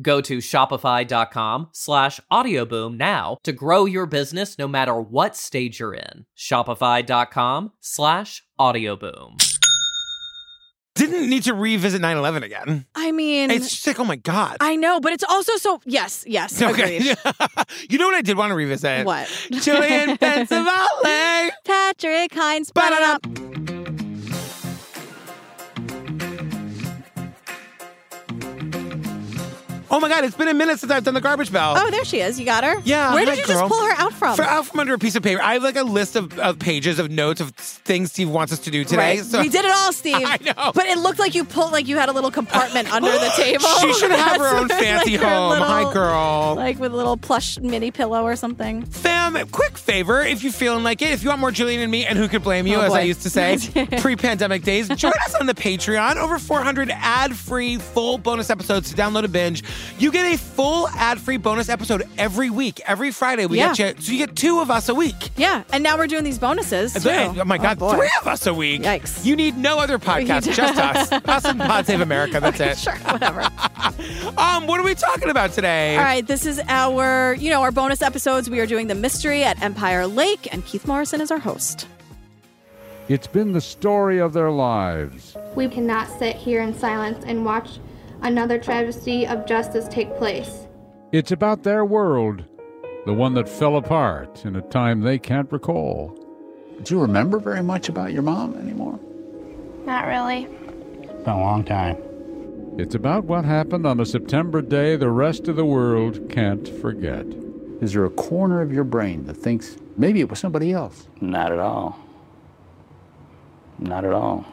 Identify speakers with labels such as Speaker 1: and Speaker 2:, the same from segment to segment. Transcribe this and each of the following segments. Speaker 1: Go to shopify.com slash audioboom now to grow your business no matter what stage you're in. Shopify.com slash audioboom.
Speaker 2: Didn't need to revisit 9 11 again.
Speaker 3: I mean,
Speaker 2: It's just like, oh my God.
Speaker 3: I know, but it's also so. Yes, yes.
Speaker 2: okay.
Speaker 3: Agreed.
Speaker 2: you know what I did want to revisit?
Speaker 3: What?
Speaker 2: Julian Pensavalle.
Speaker 3: Patrick Hines.
Speaker 2: Ba-da-da.
Speaker 3: ba-da-da.
Speaker 2: Oh my God, it's been a minute since I've done the garbage bell.
Speaker 3: Oh, there she is. You got her?
Speaker 2: Yeah,
Speaker 3: Where
Speaker 2: hi,
Speaker 3: did you
Speaker 2: girl.
Speaker 3: just pull her out from?
Speaker 2: For- out from under a piece of paper. I have like a list of, of pages of notes of things Steve wants us to do today.
Speaker 3: Right. we did it all, Steve.
Speaker 2: I know.
Speaker 3: But it looked like you pulled, like you had a little compartment under the table.
Speaker 2: She should have her own
Speaker 3: Like
Speaker 2: fancy
Speaker 3: her
Speaker 2: home. Hi,
Speaker 3: little-
Speaker 2: girl.
Speaker 3: Like with a little plush mini pillow or something.
Speaker 2: Fam, quick favor if you're feeling like it, if you want more Julian and me, and who could blame you,
Speaker 3: Oh,
Speaker 2: as I
Speaker 3: boy.
Speaker 2: used to say, pre pandemic days, join us on the Patreon. Over 400 ad free, full bonus episodes to download a binge. You get a full ad free bonus episode every week, every Friday. We
Speaker 3: Yeah.
Speaker 2: get you, so you get two of us a week.
Speaker 3: Yeah. And now we're doing these bonuses. Too.
Speaker 2: Th- Oh my God,
Speaker 3: boy.
Speaker 2: three of us a week.
Speaker 3: Yx.
Speaker 2: You need no other podcast, just us. Us and Pod Save America. That's it.
Speaker 3: Sure, whatever.
Speaker 2: Um, what are we talking about today?
Speaker 3: All right, this is our, you know, our bonus episodes. We are doing the mystery at Empire Lake, and Keith Morrison is our host.
Speaker 4: It's been the story of their lives.
Speaker 5: We cannot sit here in silence and watch another travesty of justice take place.
Speaker 4: It's about their world, the one that fell apart in a time they can't recall.
Speaker 6: Do you remember very much about your mom anymore?
Speaker 5: Not really.
Speaker 6: It's been a long time.
Speaker 4: It's about what happened on a September day the rest of the world can't forget.
Speaker 6: Is there a corner of your brain that thinks maybe it was somebody else? Not at all. Not at all.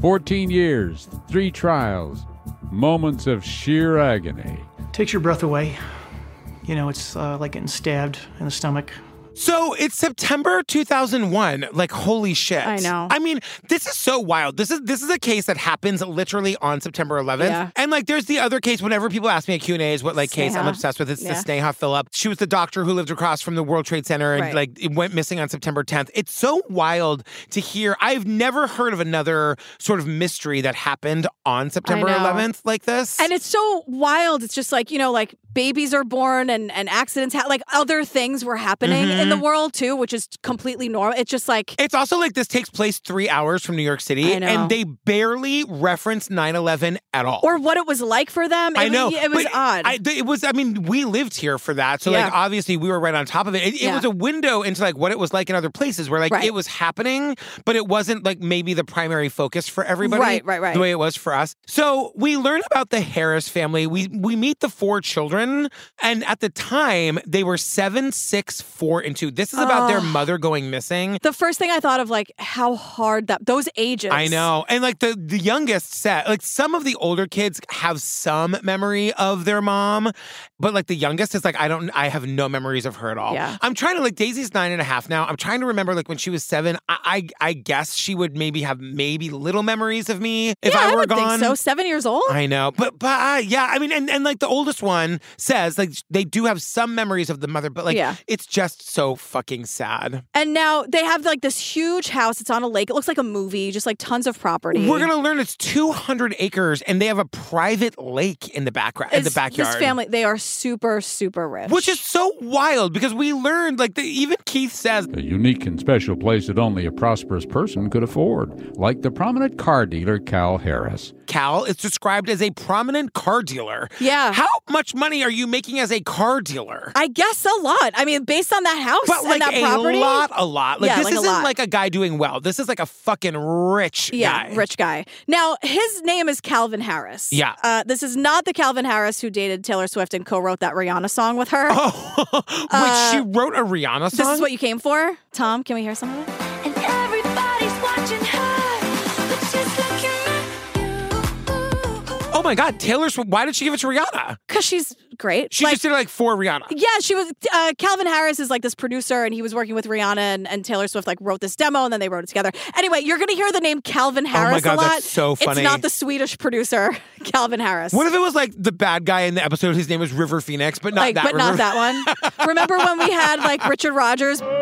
Speaker 4: 14 years, three trials, moments of sheer agony.
Speaker 7: takes your breath away. You know, it's uh, like getting stabbed in the stomach.
Speaker 2: So it's September 2001. Like holy shit.
Speaker 3: I know.
Speaker 2: I mean, this is so wild. This is this is a case that happens literally on September 11th.
Speaker 3: Yeah.
Speaker 2: And like there's the other case whenever people ask me at Q&A's what like case I'm
Speaker 3: Sneha.
Speaker 2: obsessed with it's
Speaker 3: Yeah.
Speaker 2: the Sneha Phillip. She was the doctor who lived across from the World Trade Center and
Speaker 3: Right.
Speaker 2: like it went missing on September 10th. It's so wild to hear. I've never heard of another sort of mystery that happened on September
Speaker 3: know.
Speaker 2: 11th like this.
Speaker 3: And it's so wild. It's just like, you know, like babies are born and, and accidents, ha- like other things were happening in
Speaker 2: Mm-hmm.
Speaker 3: the world too, which is completely normal. It's just like,
Speaker 2: It's also like this takes place three hours from New York City,
Speaker 3: I know.
Speaker 2: and they barely reference 9 11 at all.
Speaker 3: or what it was like for them. It
Speaker 2: I
Speaker 3: was-
Speaker 2: know.
Speaker 3: It was
Speaker 2: but
Speaker 3: odd.
Speaker 2: I, th- it was, I mean, we lived here for that. So,
Speaker 3: Yeah.
Speaker 2: like, obviously, we were right on top of it. It, it
Speaker 3: Yeah.
Speaker 2: was a window into, like, what it was like in other places where, like,
Speaker 3: Right.
Speaker 2: it was happening, but it wasn't, like, maybe the primary focus for everybody.
Speaker 3: Right, right, right.
Speaker 2: The way it was for us. So, we learn about the Harris family. We, we meet the four children, and at the time, they were seven, six, four, and two. This is about their mother going missing.
Speaker 3: the first thing I thought of, like, how hard that, those ages.
Speaker 2: I know. And like the, the youngest set, like some of the older kids have some memory of their mom, but like the youngest is like, I don't, I have no memories of her at all.
Speaker 3: Yeah.
Speaker 2: I'm trying to like, Daisy's nine and a half now. I'm trying to remember like when she was seven, I, I, I guess she would maybe have maybe little memories of me if
Speaker 3: Yeah,
Speaker 2: I were
Speaker 3: would
Speaker 2: gone.
Speaker 3: think so. Seven years old?
Speaker 2: I know, but but uh, yeah, I mean, and, and like the oldest one says, like they do have some memories of the mother, but like
Speaker 3: Yeah.
Speaker 2: it's just so so fucking sad.
Speaker 3: And now they have like this huge house. It's on a lake. It looks like a movie, just like tons of property.
Speaker 2: We're gonna learn it's 200 acres, and they have a private lake in the background, in the
Speaker 3: It's-
Speaker 2: backyard.
Speaker 3: This family, they are super, super rich.
Speaker 2: which is so wild because we learned, like, the, even Keith says,
Speaker 4: A unique and special place that only a prosperous person could afford, like the prominent car dealer Cal Harris.
Speaker 2: Cal is described as a prominent car dealer.
Speaker 3: Yeah.
Speaker 2: How much money are you making as a car dealer?
Speaker 3: I guess a lot. I mean, based on that house
Speaker 2: But like
Speaker 3: and that
Speaker 2: a
Speaker 3: property.
Speaker 2: lot, a lot. Like
Speaker 3: Yeah,
Speaker 2: this
Speaker 3: like a
Speaker 2: isn't
Speaker 3: lot.
Speaker 2: like a guy doing well. This is like a fucking rich
Speaker 3: yeah,
Speaker 2: guy.
Speaker 3: rich guy. Now his name is Calvin Harris.
Speaker 2: Yeah.
Speaker 3: uh, this is not the Calvin Harris who dated Taylor Swift and co-wrote that Rihanna song with her.
Speaker 2: Wait, she wrote a Rihanna song.
Speaker 3: Uh, This is what you came for, Tom. Can we hear some of it?
Speaker 8: And everybody's watching her, but she's looking at you.
Speaker 2: oh my God, Taylor Swift. Why did she give it to Rihanna?
Speaker 3: Because she's great.
Speaker 2: She
Speaker 3: Like,
Speaker 2: just did it like for Rihanna.
Speaker 3: Yeah, she was. Uh, Calvin Harris is like this producer, and he was working with Rihanna and, and Taylor Swift. Like wrote this demo, and then they wrote it together. Anyway, you're gonna hear the name Calvin Harris
Speaker 2: Oh God,
Speaker 3: a lot.
Speaker 2: that's so funny.
Speaker 3: It's not the Swedish producer Calvin Harris.
Speaker 2: What if it was like the bad guy in the episode? His name was River Phoenix, but not
Speaker 3: like,
Speaker 2: that.
Speaker 3: but
Speaker 2: River.
Speaker 3: not that one. Remember when we had like Richard Rogers, but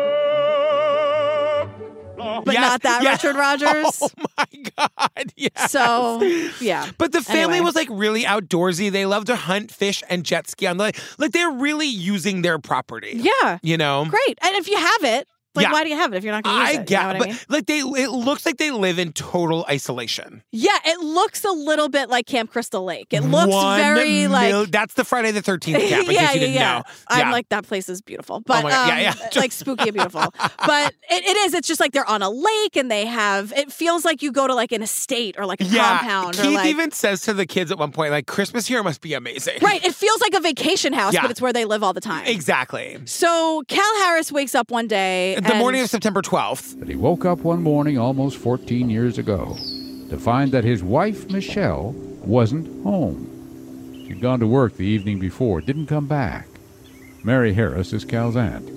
Speaker 2: Yes,
Speaker 3: not that
Speaker 2: yeah.
Speaker 3: Richard Rogers?
Speaker 2: Oh my God. Yeah.
Speaker 3: So yeah,
Speaker 2: But the family
Speaker 3: Anyway.
Speaker 2: was like really outdoorsy. They love to hunt, fish, and jet ski on the lake. Like they're really using their property.
Speaker 3: yeah,
Speaker 2: You know?
Speaker 3: great. And if you have it, like,
Speaker 2: Yeah.
Speaker 3: why do you have it if you're not gonna use
Speaker 2: I
Speaker 3: it?
Speaker 2: get,
Speaker 3: You know what I mean?
Speaker 2: but like they, it looks like they live in total isolation.
Speaker 3: Yeah, it looks a little bit like Camp Crystal Lake. It looks
Speaker 2: One
Speaker 3: very like
Speaker 2: mil- that's the Friday the Thirteenth cap. In case you didn't know,
Speaker 3: I'm
Speaker 2: Yeah. Oh
Speaker 3: like that place is beautiful, but
Speaker 2: my God,
Speaker 3: um,
Speaker 2: yeah, yeah.
Speaker 3: like spooky and beautiful. But it, it is. It's just like they're on a lake and they have. It feels like you go to like an estate or like a
Speaker 2: yeah.
Speaker 3: compound
Speaker 2: Keith
Speaker 3: or like
Speaker 2: even says to the kids at one point, like Christmas here must be amazing.
Speaker 3: right. It feels like a vacation house,
Speaker 2: Yeah.
Speaker 3: but it's where they live all the time.
Speaker 2: Exactly.
Speaker 3: So Cal Harris wakes up one day.
Speaker 2: The
Speaker 3: and-
Speaker 2: morning of September twelfth.
Speaker 4: But he woke up one morning almost 14 years ago to find that his wife, Michelle, wasn't home. She'd gone to work the evening before, didn't come back. Mary Harris is Cal's aunt.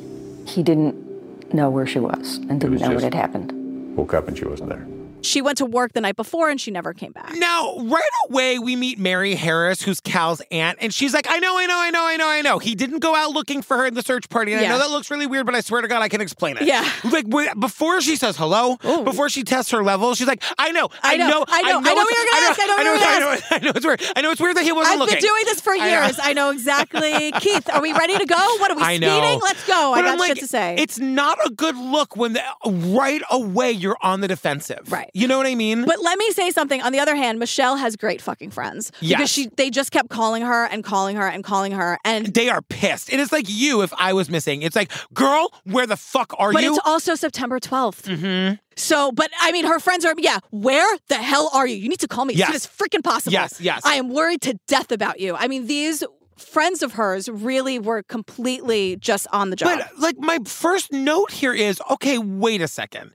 Speaker 9: He didn't know where she was and didn't
Speaker 10: was
Speaker 9: know what
Speaker 10: just-
Speaker 9: had happened.
Speaker 10: Woke up and she wasn't there.
Speaker 3: she went to work the night before and she never came back.
Speaker 2: Now, right away, we meet Mary Harris, who's Cal's aunt, and she's like, I know, I know, I know, I know, I know. He didn't go out looking for her in the search party, and I
Speaker 3: Yeah.
Speaker 2: know that looks really weird, but I swear to God, I can explain it.
Speaker 3: Yeah.
Speaker 2: Like, w- before she says hello, before she tests her level, she's like, I know, I,
Speaker 3: I know, I know, I know
Speaker 2: it's-
Speaker 3: what you're gonna ask, I know what
Speaker 2: I know,
Speaker 3: you're
Speaker 2: it's- I
Speaker 3: gonna
Speaker 2: know, it's- I know it's weird. I know it's weird that he wasn't
Speaker 3: I've
Speaker 2: looking.
Speaker 3: been doing this for
Speaker 2: I know.
Speaker 3: years. I know exactly. Keith, are we ready to go? What are we
Speaker 2: I
Speaker 3: speeding?
Speaker 2: know.
Speaker 3: Let's go.
Speaker 2: But
Speaker 3: I got
Speaker 2: I'm like,
Speaker 3: shit to say.
Speaker 2: It's not a good look when the, right away you're on the defensive.
Speaker 3: Right.
Speaker 2: You know what I mean?
Speaker 3: But let me say something. On the other hand, Michelle has great fucking friends
Speaker 2: Yes.
Speaker 3: because she they just kept calling her and calling her and calling her and.
Speaker 2: they are pissed. It is like you if I was missing. It's like, girl, where the fuck are
Speaker 3: But
Speaker 2: you?
Speaker 3: it's also September 12th. Mm-hmm. So, but I mean, her friends are, yeah, where the hell are you? You need to call me as soon
Speaker 2: Yes.
Speaker 3: as freaking possible.
Speaker 2: Yes, yes.
Speaker 3: I am worried to death about you. I mean, these friends of hers really were completely just on the job.
Speaker 2: But like my first note here is okay, wait a second.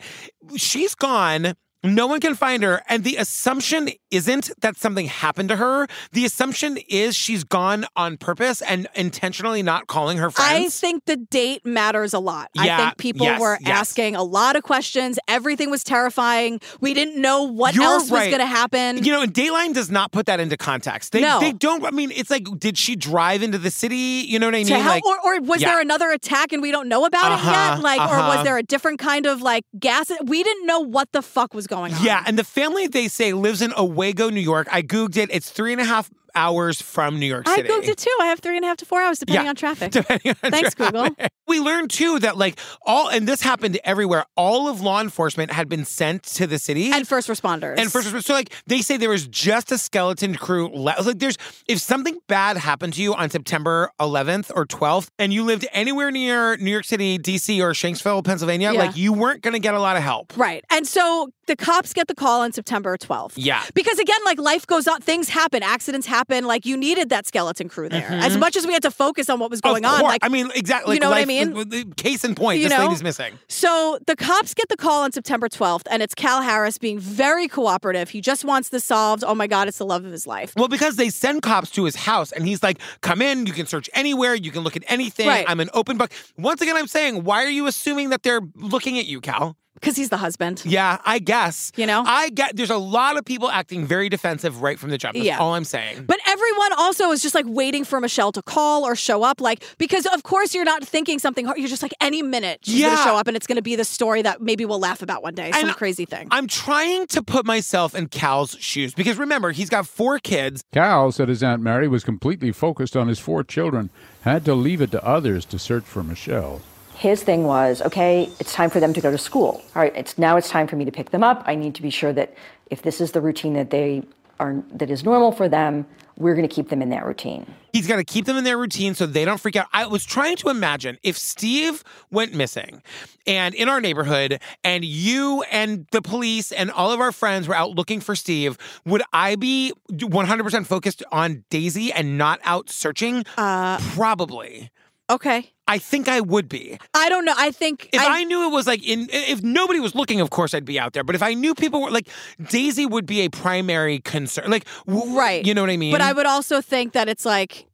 Speaker 2: She's gone. No one can find her. And the assumption isn't that something happened to her. The assumption is she's gone on purpose and intentionally not calling her
Speaker 3: I
Speaker 2: friends.
Speaker 3: think the date matters a lot.
Speaker 2: Yeah,
Speaker 3: I think people
Speaker 2: yes,
Speaker 3: were
Speaker 2: yes.
Speaker 3: asking a lot of questions. Everything was terrifying. We didn't know what
Speaker 2: You're
Speaker 3: else
Speaker 2: right.
Speaker 3: was going to happen.
Speaker 2: you know, and Dayline does not put that into context. They,
Speaker 3: No.
Speaker 2: they don't. I mean, it's like, did she drive into the city? You know what I mean?
Speaker 3: to help,
Speaker 2: like,
Speaker 3: or, or was
Speaker 2: yeah.
Speaker 3: there another attack and we don't know about it
Speaker 2: Uh-huh,
Speaker 3: yet? Like, or
Speaker 2: uh-huh.
Speaker 3: was there a different kind of like gas? We didn't know what the fuck was going on.
Speaker 2: Yeah, and the family they say lives in Owego, New York. I googled it. It's three and a half hours from New York
Speaker 3: I
Speaker 2: City.
Speaker 3: googled it too. I have three and a half to four hours depending
Speaker 2: Yeah.
Speaker 3: on traffic.
Speaker 2: Depending on
Speaker 3: Thanks,
Speaker 2: traffic.
Speaker 3: Google.
Speaker 2: We learned too that like all and this happened everywhere. All of law enforcement had been sent to the city.
Speaker 3: And first responders.
Speaker 2: and first, so like they say, there was just a skeleton crew. Left. Like, there's if something bad happened to you on September 11th or 12th, and you lived anywhere near New York City, D.C., or Shanksville, Pennsylvania,
Speaker 3: Yeah.
Speaker 2: like you weren't gonna get a lot of help.
Speaker 3: Right. And so the cops get the call on September 12th.
Speaker 2: Yeah.
Speaker 3: Because again, like life goes on, things happen, accidents happen. Like you needed that skeleton crew there. As much as we had to focus on what was going
Speaker 2: Mm-hmm. of
Speaker 3: on.
Speaker 2: course.
Speaker 3: Like,
Speaker 2: I mean, exactly.
Speaker 3: you know what I
Speaker 2: like, life-
Speaker 3: mean?
Speaker 2: the- the- Case in point,
Speaker 3: You
Speaker 2: this
Speaker 3: know?
Speaker 2: lady's missing.
Speaker 3: so the cops get the call on September 12th, and it's Cal Harris being very cooperative. He just wants this solved. Oh my God, it's the love of his life.
Speaker 2: Well, because they send cops to his house and he's like, come in, you can search anywhere, you can look at anything.
Speaker 3: Right.
Speaker 2: I'm an open book. Once again, I'm saying, why are you assuming that they're looking at you, Cal?
Speaker 3: Because he's the husband.
Speaker 2: Yeah, I guess.
Speaker 3: You know?
Speaker 2: I get there's a lot of people acting very defensive right from the jump. That's
Speaker 3: Yeah.
Speaker 2: all I'm saying.
Speaker 3: But every everyone also is just like waiting for Michelle to call or show up, like because of course you're not thinking something hard. You're just like any minute she's
Speaker 2: Yeah.
Speaker 3: gonna show up, and it's gonna be the story that maybe we'll laugh about one day, some
Speaker 2: And-
Speaker 3: crazy thing.
Speaker 2: I'm trying to put myself in Cal's shoes because remember, he's got four kids.
Speaker 4: Cal said his Aunt Mary was completely focused on his four children, had to leave it to others to search for Michelle.
Speaker 9: His thing was, okay, it's time for them to go to school. All right, it's now it's time for me to pick them up. I need to be sure that if this is the routine that they are that is normal for them, we're going to keep them in that routine.
Speaker 2: He's got to keep them in their routine so they don't freak out. I was trying to imagine if Steve went missing and in our neighborhood, and you and the police and all of our friends were out looking for Steve, would I be 100% focused on Daisy and not out searching?
Speaker 3: Uh,
Speaker 2: Probably.
Speaker 3: okay,
Speaker 2: I think I would be.
Speaker 3: I don't know. I think
Speaker 2: If I,
Speaker 3: I,
Speaker 2: knew it was like in, if nobody was looking, of course I'd be out there. But if I knew people were like, Daisy would be a primary concern. Like, w-
Speaker 3: right,
Speaker 2: You know what I mean?
Speaker 3: But I would also think that it's like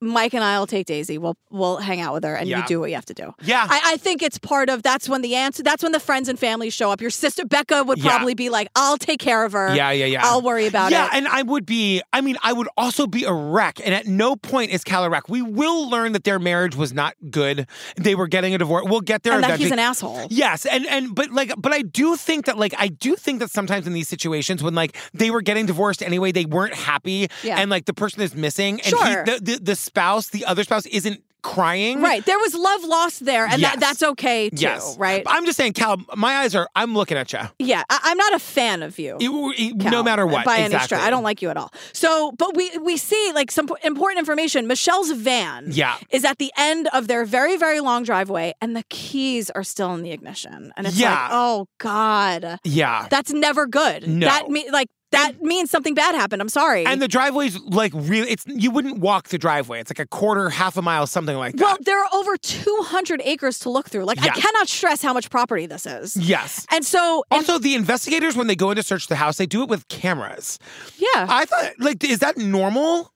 Speaker 3: Mike and I will take Daisy. We'll we'll hang out with her, and
Speaker 2: Yeah.
Speaker 3: you do what you have to do.
Speaker 2: Yeah.
Speaker 3: I, I think it's part of that's when the answer. That's when the friends and family show up. Your sister Becca would
Speaker 2: Yeah.
Speaker 3: probably be like, "I'll take care of her.
Speaker 2: yeah, yeah, yeah.
Speaker 3: I'll worry about
Speaker 2: yeah,
Speaker 3: it."
Speaker 2: and I would be, I mean, I would also be a wreck. And at no point is Cal a wreck. We will learn that their marriage was not good. They were getting a divorce. We'll get there
Speaker 3: and that
Speaker 2: eventually.
Speaker 3: he's an asshole.
Speaker 2: Yes, and and but like but I do think that like I do think that sometimes in these situations when like they were getting divorced anyway, they weren't happy,
Speaker 3: Yeah.
Speaker 2: and like the person is missing, and
Speaker 3: Sure.
Speaker 2: he, the, the the spouse, the other spouse, isn't crying,
Speaker 3: Right. There was love lost there, and
Speaker 2: Yes.
Speaker 3: that, that's okay too,
Speaker 2: Yes,
Speaker 3: right?
Speaker 2: But I'm just saying, Cal, my eyes are. I'm looking at you.
Speaker 3: yeah, I, I'm not a fan of you.
Speaker 2: no
Speaker 3: Cal, uh,
Speaker 2: matter what,
Speaker 3: by any
Speaker 2: exactly.
Speaker 3: stretch, I don't like you at all. So, but we we see like some important information. Michelle's van,
Speaker 2: Yeah.
Speaker 3: is at the end of their very very long driveway, and the keys are still in the ignition, and it's
Speaker 2: Yeah.
Speaker 3: like, oh god,
Speaker 2: Yeah.
Speaker 3: that's never good.
Speaker 2: No.
Speaker 3: That me like that means something bad happened. I'm sorry.
Speaker 2: and the driveway's like really it's you wouldn't walk the driveway. It's like a quarter, half a mile, something like that.
Speaker 3: well, there are over 200 acres to look through. Like,
Speaker 2: Yeah.
Speaker 3: I cannot stress how much property this is.
Speaker 2: yes.
Speaker 3: And so, and-
Speaker 2: Also, the investigators when they go in to search the house, they do it with cameras.
Speaker 3: yeah.
Speaker 2: I thought like is that normal?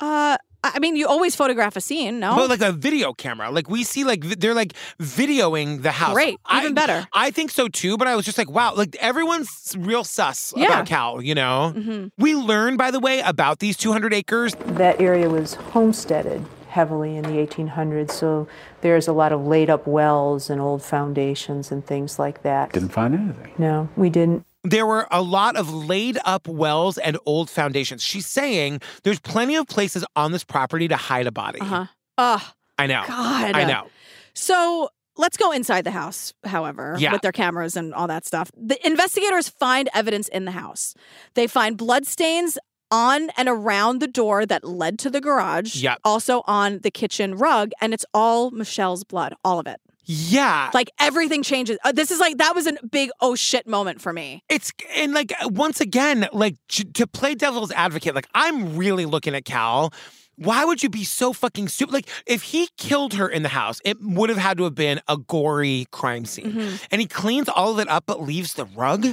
Speaker 3: Uh, I I mean, you always photograph a scene, no?
Speaker 2: But like a video camera. Like we see like vi- they're like videoing the house.
Speaker 3: Great. Even
Speaker 2: I-
Speaker 3: better.
Speaker 2: I think so too, but I was just like, wow, like everyone's real sus
Speaker 3: Yeah. Mm-hmm.
Speaker 2: about Cal, you know? We learn, by the way, about these 200 acres.
Speaker 11: That area was homesteaded heavily in the 1800s, so there's a lot of laid up wells and old foundations and things like that.
Speaker 10: Didn't find anything.
Speaker 11: No, we didn't.
Speaker 2: There were a lot of laid up wells and old foundations. She's saying there's plenty of places on this property to hide a body.
Speaker 3: uh-huh. Ugh.
Speaker 2: I know.
Speaker 3: God.
Speaker 2: I know.
Speaker 3: So let's go inside the house, however,
Speaker 2: Yeah.
Speaker 3: with their cameras and all that stuff. The investigators find evidence in the house. They find bloodstains on and around the door that led to the garage,
Speaker 2: Yep.
Speaker 3: also on the kitchen rug, and it's all Michelle's blood, all of it.
Speaker 2: Yeah.
Speaker 3: Like everything changes. Uh, this is like, that was a big oh shit moment for me.
Speaker 2: It's and like once again, like j- to play devil's advocate, like I'm really looking at Cal. Why would you be so fucking stupid? Like, if he killed her in the house, it would have had to have been a gory crime scene.
Speaker 3: Mm-hmm.
Speaker 2: And he cleans all of it up but leaves the rug.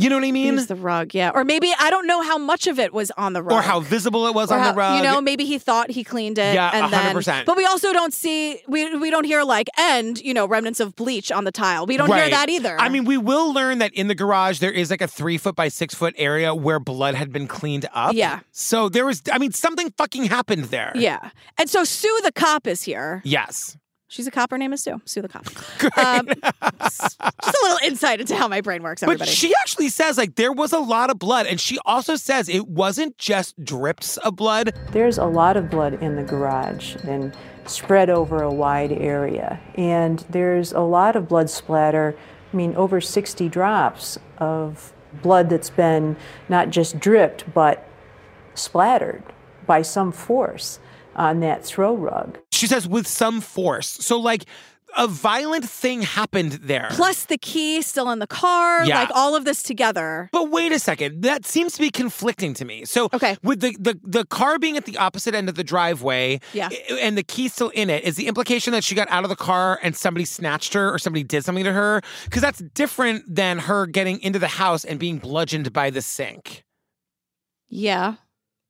Speaker 2: You know what I mean?
Speaker 3: Use the rug, yeah. Or maybe, I don't know how much of it was on the rug.
Speaker 2: or how visible it was
Speaker 3: Or
Speaker 2: on
Speaker 3: how-
Speaker 2: the rug.
Speaker 3: You know, maybe he thought he cleaned it.
Speaker 2: Yeah,
Speaker 3: and then-
Speaker 2: 100%.
Speaker 3: But we also don't see we we don't hear like and you know remnants of bleach on the tile. We don't hear
Speaker 2: Right.
Speaker 3: that either.
Speaker 2: I mean, we will learn that in the garage there is like a three foot by six foot area where blood had been cleaned up.
Speaker 3: Yeah.
Speaker 2: So there was, I mean, something fucking happened there.
Speaker 3: yeah. And so Sue the cop is here.
Speaker 2: Yes.
Speaker 3: She's a cop. Her name is Sue. Sue the cop. Um, s- just a little insight into how my brain works,
Speaker 2: But
Speaker 3: everybody.
Speaker 2: she actually says like there was a lot of blood, and she also says it wasn't just drips of blood.
Speaker 11: There's a lot of blood in the garage and spread over a wide area. And there's a lot of blood splatter, I mean, over 60 drops of blood that's been not just dripped, but splattered by some force on that throw rug.
Speaker 2: She says with some force. So like a violent thing happened there.
Speaker 3: Plus the key still in the car.
Speaker 2: Yeah.
Speaker 3: Like all of this together.
Speaker 2: But wait a second, that seems to be conflicting to me. So
Speaker 3: Okay.
Speaker 2: with the, the the car being at the opposite end of the driveway,
Speaker 3: Yeah.
Speaker 2: i- and the key still in it, is the implication that she got out of the car and somebody snatched her or somebody did something to her? Because that's different than her getting into the house and being bludgeoned by the sink.
Speaker 3: Yeah.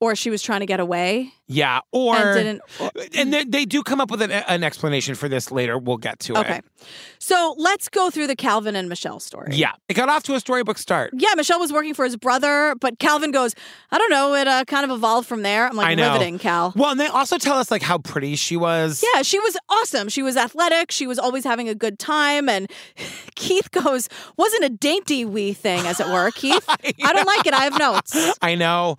Speaker 3: Or she was trying to get away.
Speaker 2: Yeah, or
Speaker 3: And didn't-
Speaker 2: and they, they do come up with an, an explanation for this later. We'll get to
Speaker 3: Okay.
Speaker 2: it.
Speaker 3: So let's go through the Calvin and Michelle story.
Speaker 2: Yeah, it got off to a storybook start.
Speaker 3: Yeah, Michelle was working for his brother, but Calvin goes, I don't know, it uh, kind of evolved from there. I'm like,
Speaker 2: I know.
Speaker 3: riveting, Cal.
Speaker 2: Well, and they also tell us like how pretty she was.
Speaker 3: Yeah, she was awesome. She was athletic. She was always having a good time. And Keith goes, wasn't a dainty wee thing, as it were, Keith. I don't like it. I have notes.
Speaker 2: I know.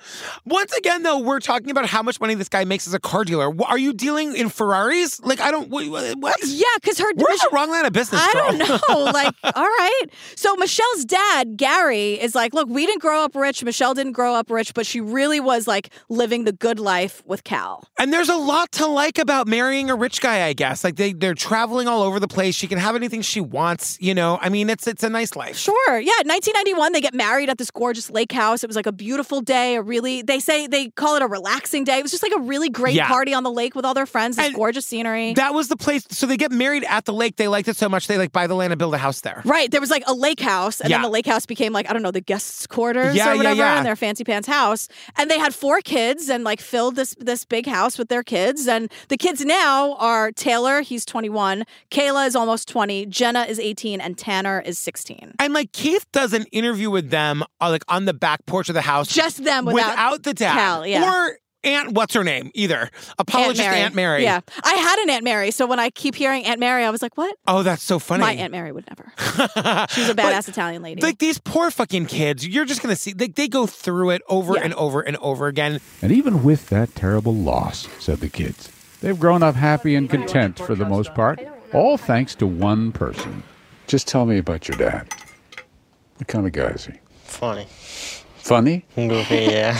Speaker 2: Once again, though, we're talking about how much money this guy makes as a car dealer. Wh- Are you dealing in Ferraris? Like, I don't. wh- wh- What?
Speaker 3: Yeah, because her.
Speaker 2: We're in the wrong line of business.
Speaker 3: I don't
Speaker 2: girl.
Speaker 3: know. Like, all right. So Michelle's dad, Gary, is like, look, we didn't grow up rich. Michelle didn't grow up rich, but she really was like living the good life with Cal.
Speaker 2: And there's a lot to like about marrying a rich guy, I guess. Like they they're traveling all over the place. She can have anything she wants, you know. I mean, it's it's a nice life.
Speaker 3: Sure. Yeah. 1991, they get married at this gorgeous lake house. It was like a beautiful day. A really, they say they call it a relaxing day. It was just like a really great
Speaker 2: Yeah.
Speaker 3: party on the lake with all their friends. This
Speaker 2: And
Speaker 3: gorgeous scenery.
Speaker 2: That was the place. So they get married at the lake. They liked it so much they like buy the land and build a house there.
Speaker 3: Right. There was like a lake house, and then
Speaker 2: Yeah.
Speaker 3: the lake house became like, I don't know, the guests' quarters
Speaker 2: Yeah,
Speaker 3: or
Speaker 2: yeah,
Speaker 3: whatever
Speaker 2: yeah.
Speaker 3: in their fancy pants house. And they had four kids and like filled this this big house with their kids. And the kids now are Taylor, he's 21, Kayla is almost 20, Jenna is 18, and Tanner is 16.
Speaker 2: And like Keith does an interview with them, uh, like on the back porch of the house,
Speaker 3: Just them without,
Speaker 2: the dad
Speaker 3: Cal, yeah.
Speaker 2: or Aunt what's her name either. Apologist Aunt Mary.
Speaker 3: Yeah. I had an Aunt Mary, so when I keep hearing Aunt Mary, I was like, what?
Speaker 2: Oh, that's so funny.
Speaker 3: My Aunt Mary would never.
Speaker 2: She's
Speaker 3: She's a badass Italian lady.
Speaker 2: Like these poor fucking kids, you're just gonna see. Like they go through it over
Speaker 3: Yeah.
Speaker 2: and over and over again.
Speaker 4: And even with that terrible loss, said the kids, they've grown up happy and content for the most part, all thanks to one person.
Speaker 10: Just tell me about your dad. What kind of guy is he?
Speaker 12: Funny.
Speaker 10: Funny?
Speaker 12: Goofy, yeah.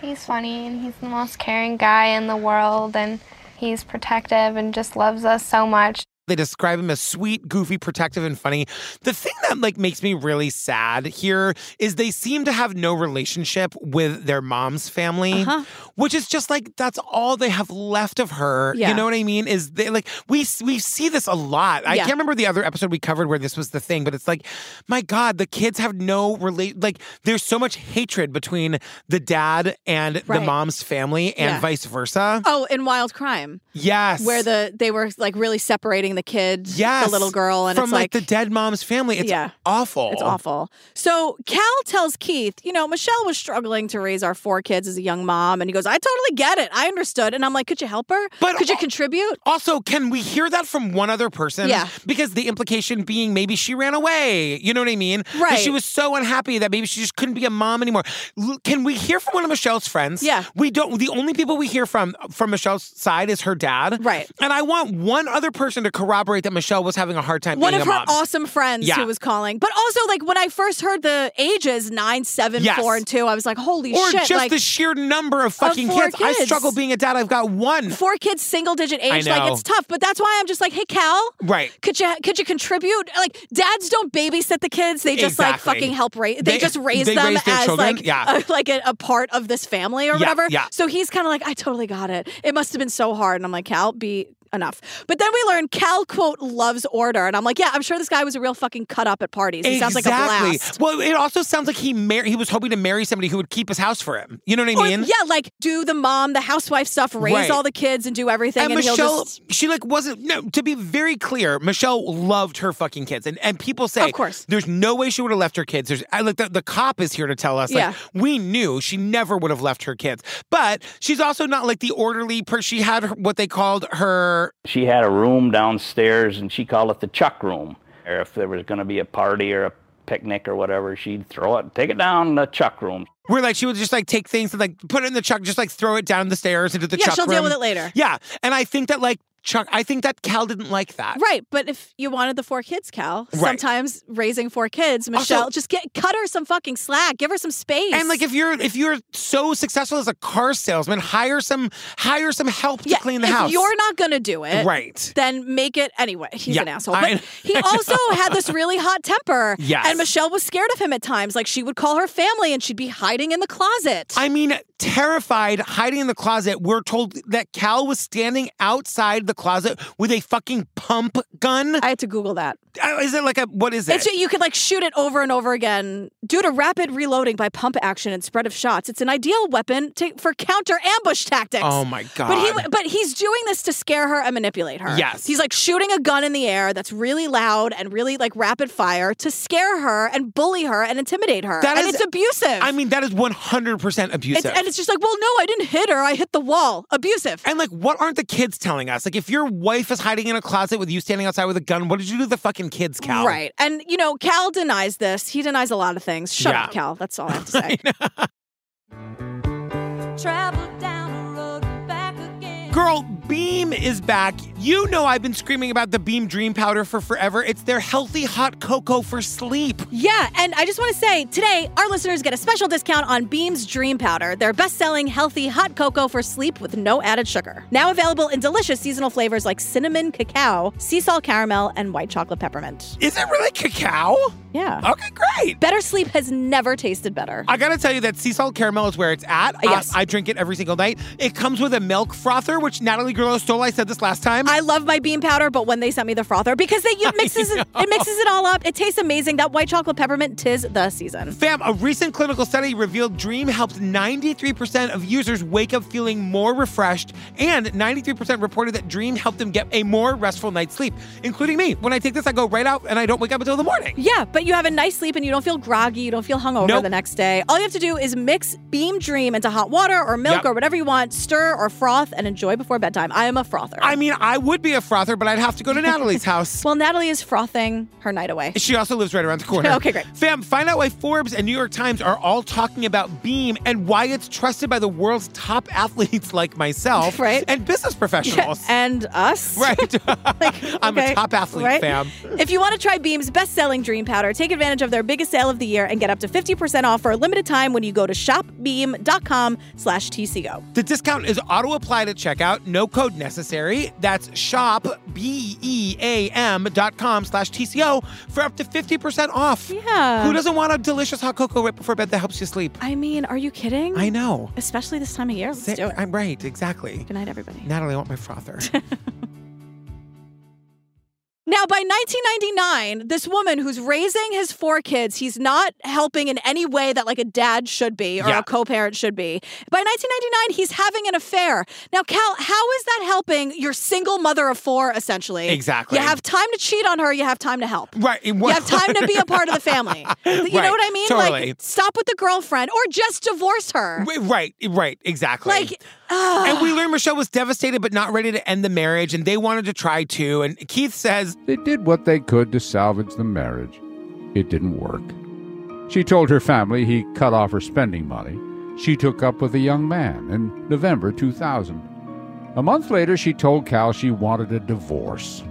Speaker 5: He's funny and he's the most caring guy in the world and he's protective and just loves us so much.
Speaker 2: They describe him as sweet, goofy, protective, and funny. The thing that like makes me really sad here is they seem to have no relationship with their mom's family,
Speaker 3: Uh-huh.
Speaker 2: which is just like that's all they have left of her.
Speaker 3: Yeah.
Speaker 2: You know what I mean? Is they like we we see this a lot. I
Speaker 3: Yeah.
Speaker 2: can't remember the other episode we covered where this was the thing, but it's like, my God, the kids have no relate. Like there's so much hatred between the dad and
Speaker 3: Right.
Speaker 2: the mom's family, and
Speaker 3: Yeah.
Speaker 2: vice versa.
Speaker 3: oh, in Wild Crime.
Speaker 2: Yes,
Speaker 3: where the they were like really separating the kid,
Speaker 2: yes,
Speaker 3: the little girl, and
Speaker 2: from
Speaker 3: it's like,
Speaker 2: the dead mom's family. It's
Speaker 3: Yeah.
Speaker 2: awful.
Speaker 3: it's awful. So Cal tells Keith, you know, Michelle was struggling to raise our four kids as a young mom, and he goes, I totally get it, I understood, and I'm like, could you help her?
Speaker 2: But
Speaker 3: could you
Speaker 2: al-
Speaker 3: contribute?
Speaker 2: Also, can we hear that from one other person?
Speaker 3: Yeah.
Speaker 2: Because the implication being maybe she ran away. You know what I mean? That
Speaker 3: Right.
Speaker 2: She was so unhappy that maybe she just couldn't be a mom anymore. L- Can we hear from one of Michelle's friends?
Speaker 3: Yeah.
Speaker 2: We don't. The only people we hear from from Michelle's side is her dad.
Speaker 3: Right.
Speaker 2: And I want one other person to corroborate that Michelle was having a hard time
Speaker 3: One
Speaker 2: being
Speaker 3: of
Speaker 2: a
Speaker 3: her
Speaker 2: mom.
Speaker 3: awesome friends
Speaker 2: Yeah.
Speaker 3: who was calling, but also like when I first heard the ages nine, seven, four,
Speaker 2: Yes.
Speaker 3: and two, I was like, holy
Speaker 2: or
Speaker 3: shit!
Speaker 2: just
Speaker 3: like,
Speaker 2: the sheer number of fucking
Speaker 3: four
Speaker 2: kids. I
Speaker 3: kids.
Speaker 2: struggle being a dad. I've got one.
Speaker 3: Four kids, single digit age,
Speaker 2: I
Speaker 3: like
Speaker 2: know.
Speaker 3: it's tough. But that's why I'm just like, hey, Cal,
Speaker 2: Right.
Speaker 3: could you could you contribute? Like dads don't babysit the kids; they just like
Speaker 2: Exactly.
Speaker 3: fucking help raise. They,
Speaker 2: They-
Speaker 3: just raise
Speaker 2: they
Speaker 3: them
Speaker 2: raise their
Speaker 3: as
Speaker 2: children,
Speaker 3: like
Speaker 2: yeah.
Speaker 3: a, like a, a part of this family or
Speaker 2: Yeah,
Speaker 3: whatever.
Speaker 2: yeah.
Speaker 3: So he's kind of like, I totally got it. It must have been so hard. And I'm like, Cal, be enough. But then we learn Cal quote loves order, and I'm like, yeah, I'm sure this guy was a real fucking cut up at parties. He sounds like a blast.
Speaker 2: Well, it also sounds like he mar- he was hoping to marry somebody who would keep his house for him. You know what I
Speaker 3: Or,
Speaker 2: mean?
Speaker 3: yeah, like do the mom, the housewife stuff, raise
Speaker 2: Right.
Speaker 3: all the kids, and do everything,
Speaker 2: And,
Speaker 3: and, he'll
Speaker 2: Michelle,
Speaker 3: just
Speaker 2: she like wasn't no. To be very clear, Michelle loved her fucking kids, and and people say,
Speaker 3: Of course.
Speaker 2: there's no way she would have left her kids. There's I, like the, the cop is here to tell us,
Speaker 3: Yeah.
Speaker 2: like we knew she never would have left her kids, but she's also not like the orderly person. She had her, what they called her
Speaker 13: She had a room downstairs and she called it the chuck room. Or if there was going to be a party or a picnic or whatever, she'd throw it, take it down the chuck room.
Speaker 2: Where like she would just like take things and like put it in the chuck, just like throw it down the stairs into the
Speaker 3: Yeah,
Speaker 2: chuck
Speaker 3: she'll deal
Speaker 2: room.
Speaker 3: with it later.
Speaker 2: Yeah, and I think that like Chuck, I think that Cal didn't like that.
Speaker 3: Right, but if you wanted the four kids, Cal,
Speaker 2: Right.
Speaker 3: sometimes raising four kids, Michelle, just get cut her some fucking slack, give her some space.
Speaker 2: And like if you're if you're so successful as a car salesman, hire some hire some help to
Speaker 3: yeah,
Speaker 2: clean the
Speaker 3: if
Speaker 2: house.
Speaker 3: you're not gonna do it,
Speaker 2: right.
Speaker 3: Then make it anyway. He's
Speaker 2: Yeah,
Speaker 3: an asshole.
Speaker 2: I-
Speaker 3: But he also had this really hot temper.
Speaker 2: Yes.
Speaker 3: And Michelle was scared of him at times. Like she would call her family and she'd be hiding in the closet.
Speaker 2: I mean, terrified, hiding in the closet. We're told that Cal was standing outside the closet with a fucking pump gun.
Speaker 3: I had to Google that.
Speaker 2: Uh, Is it like a what is it?
Speaker 3: It's you can like shoot it over and over again due to rapid reloading by pump action and spread of shots. It's an ideal weapon to, for counter ambush tactics.
Speaker 2: Oh my god!
Speaker 3: But he but he's doing this to scare her and manipulate her.
Speaker 2: Yes.
Speaker 3: He's like shooting a gun in the air that's really loud and really like rapid fire to scare her and bully her and intimidate her.
Speaker 2: That
Speaker 3: and
Speaker 2: is-
Speaker 3: it's abusive.
Speaker 2: I mean, that is one hundred percent abusive.
Speaker 3: it's, and it's just like, well, no, I didn't hit her. I hit the wall. Abusive.
Speaker 2: And like, what aren't the kids telling us? Like, if your wife is hiding in a closet with you standing outside with a gun, what did you do to the fucking kids, Cal?
Speaker 3: Right. And you know, Cal denies this. He denies a lot of things. Shut
Speaker 2: Yeah.
Speaker 3: up, Cal. That's all I have to say.
Speaker 8: Travel down a road and back again.
Speaker 2: Girl, Beam is back. You know I've been screaming about the Beam Dream Powder for forever. It's their healthy hot cocoa for sleep.
Speaker 3: Yeah, and I just want to say today, our listeners get a special discount on Beam's Dream Powder, their best selling healthy hot cocoa for sleep with no added sugar. Now available in delicious seasonal flavors like cinnamon cacao, sea salt caramel, and white chocolate peppermint.
Speaker 2: Is it really cacao?
Speaker 3: Yeah.
Speaker 2: Okay, great.
Speaker 3: Better sleep has never tasted better.
Speaker 2: I gotta tell you that sea salt caramel is where it's at. I-
Speaker 3: Yes.
Speaker 2: I, drink it every single night. It comes with a milk frother, which Natalie Grillo stole. I said this last time.
Speaker 3: I love my bean powder, but when they sent me the frother, because they it mixes it, it mixes it all up. It tastes amazing. That white chocolate peppermint tis the season.
Speaker 2: Fam, a recent clinical study revealed Dream helped 93% of users wake up feeling more refreshed, and 93% reported that Dream helped them get a more restful night's sleep, including me. When I take this, I go right out and I don't wake up until the morning.
Speaker 3: Yeah, but you have a nice sleep and you don't feel groggy, you don't feel hungover
Speaker 2: Nope.
Speaker 3: the next day. All you have to do is mix Beam Dream into hot water or milk
Speaker 2: Yep.
Speaker 3: or whatever you want, stir or froth, and enjoy before bedtime. I am a frother.
Speaker 2: I mean, I would be a frother, but I'd have to go to Natalie's house.
Speaker 3: well, Natalie is frothing her night away.
Speaker 2: She also lives right around the corner.
Speaker 3: Okay, great.
Speaker 2: Fam, find out why Forbes and New York Times are all talking about Beam and why it's trusted by the world's top athletes like myself
Speaker 3: Right.
Speaker 2: and business professionals.
Speaker 3: and us.
Speaker 2: Right. I'm
Speaker 3: okay,
Speaker 2: a top athlete,
Speaker 3: right?
Speaker 2: fam.
Speaker 3: If you want to try Beam's best selling dream powder, take advantage of their biggest sale of the year and get up to 50% off for a limited time when you go to shopbeam.com slash TCO.
Speaker 2: The discount is auto applied at checkout, no code necessary. That's shop b e a m dot com slash tco for up to fifty percent off.
Speaker 3: Yeah.
Speaker 2: Who doesn't want a delicious hot cocoa right before bed that helps you sleep?
Speaker 3: I mean, are you kidding?
Speaker 2: I know.
Speaker 3: Especially this time of year. Let's do it.
Speaker 2: I'm right, exactly.
Speaker 3: Good night, everybody.
Speaker 2: Natalie, I want my frother.
Speaker 3: Now, by 1999, this woman who's raising his four kids, he's not helping in any way that like a dad should be or
Speaker 2: Yeah.
Speaker 3: a co-parent should be. By 1999, he's having an affair. Now, Cal, how is that helping your single mother of four? Essentially,
Speaker 2: Exactly.
Speaker 3: You have time to cheat on her. You have time to help.
Speaker 2: right. in
Speaker 3: You
Speaker 2: one-
Speaker 3: have time to be a part of the family. You
Speaker 2: Right,
Speaker 3: know what I mean?
Speaker 2: totally.
Speaker 3: Like, stop with the girlfriend or just divorce her.
Speaker 2: Wi- Right, right, exactly.
Speaker 3: Like, ah.
Speaker 2: and we learned Michelle was devastated but not ready to end the marriage, and they wanted to try to. And Keith says,
Speaker 4: They did what they could to salvage the marriage. It didn't work. She told her family he cut off her spending money. She took up with a young man in November 2000. A month later, she told Cal she wanted a divorce.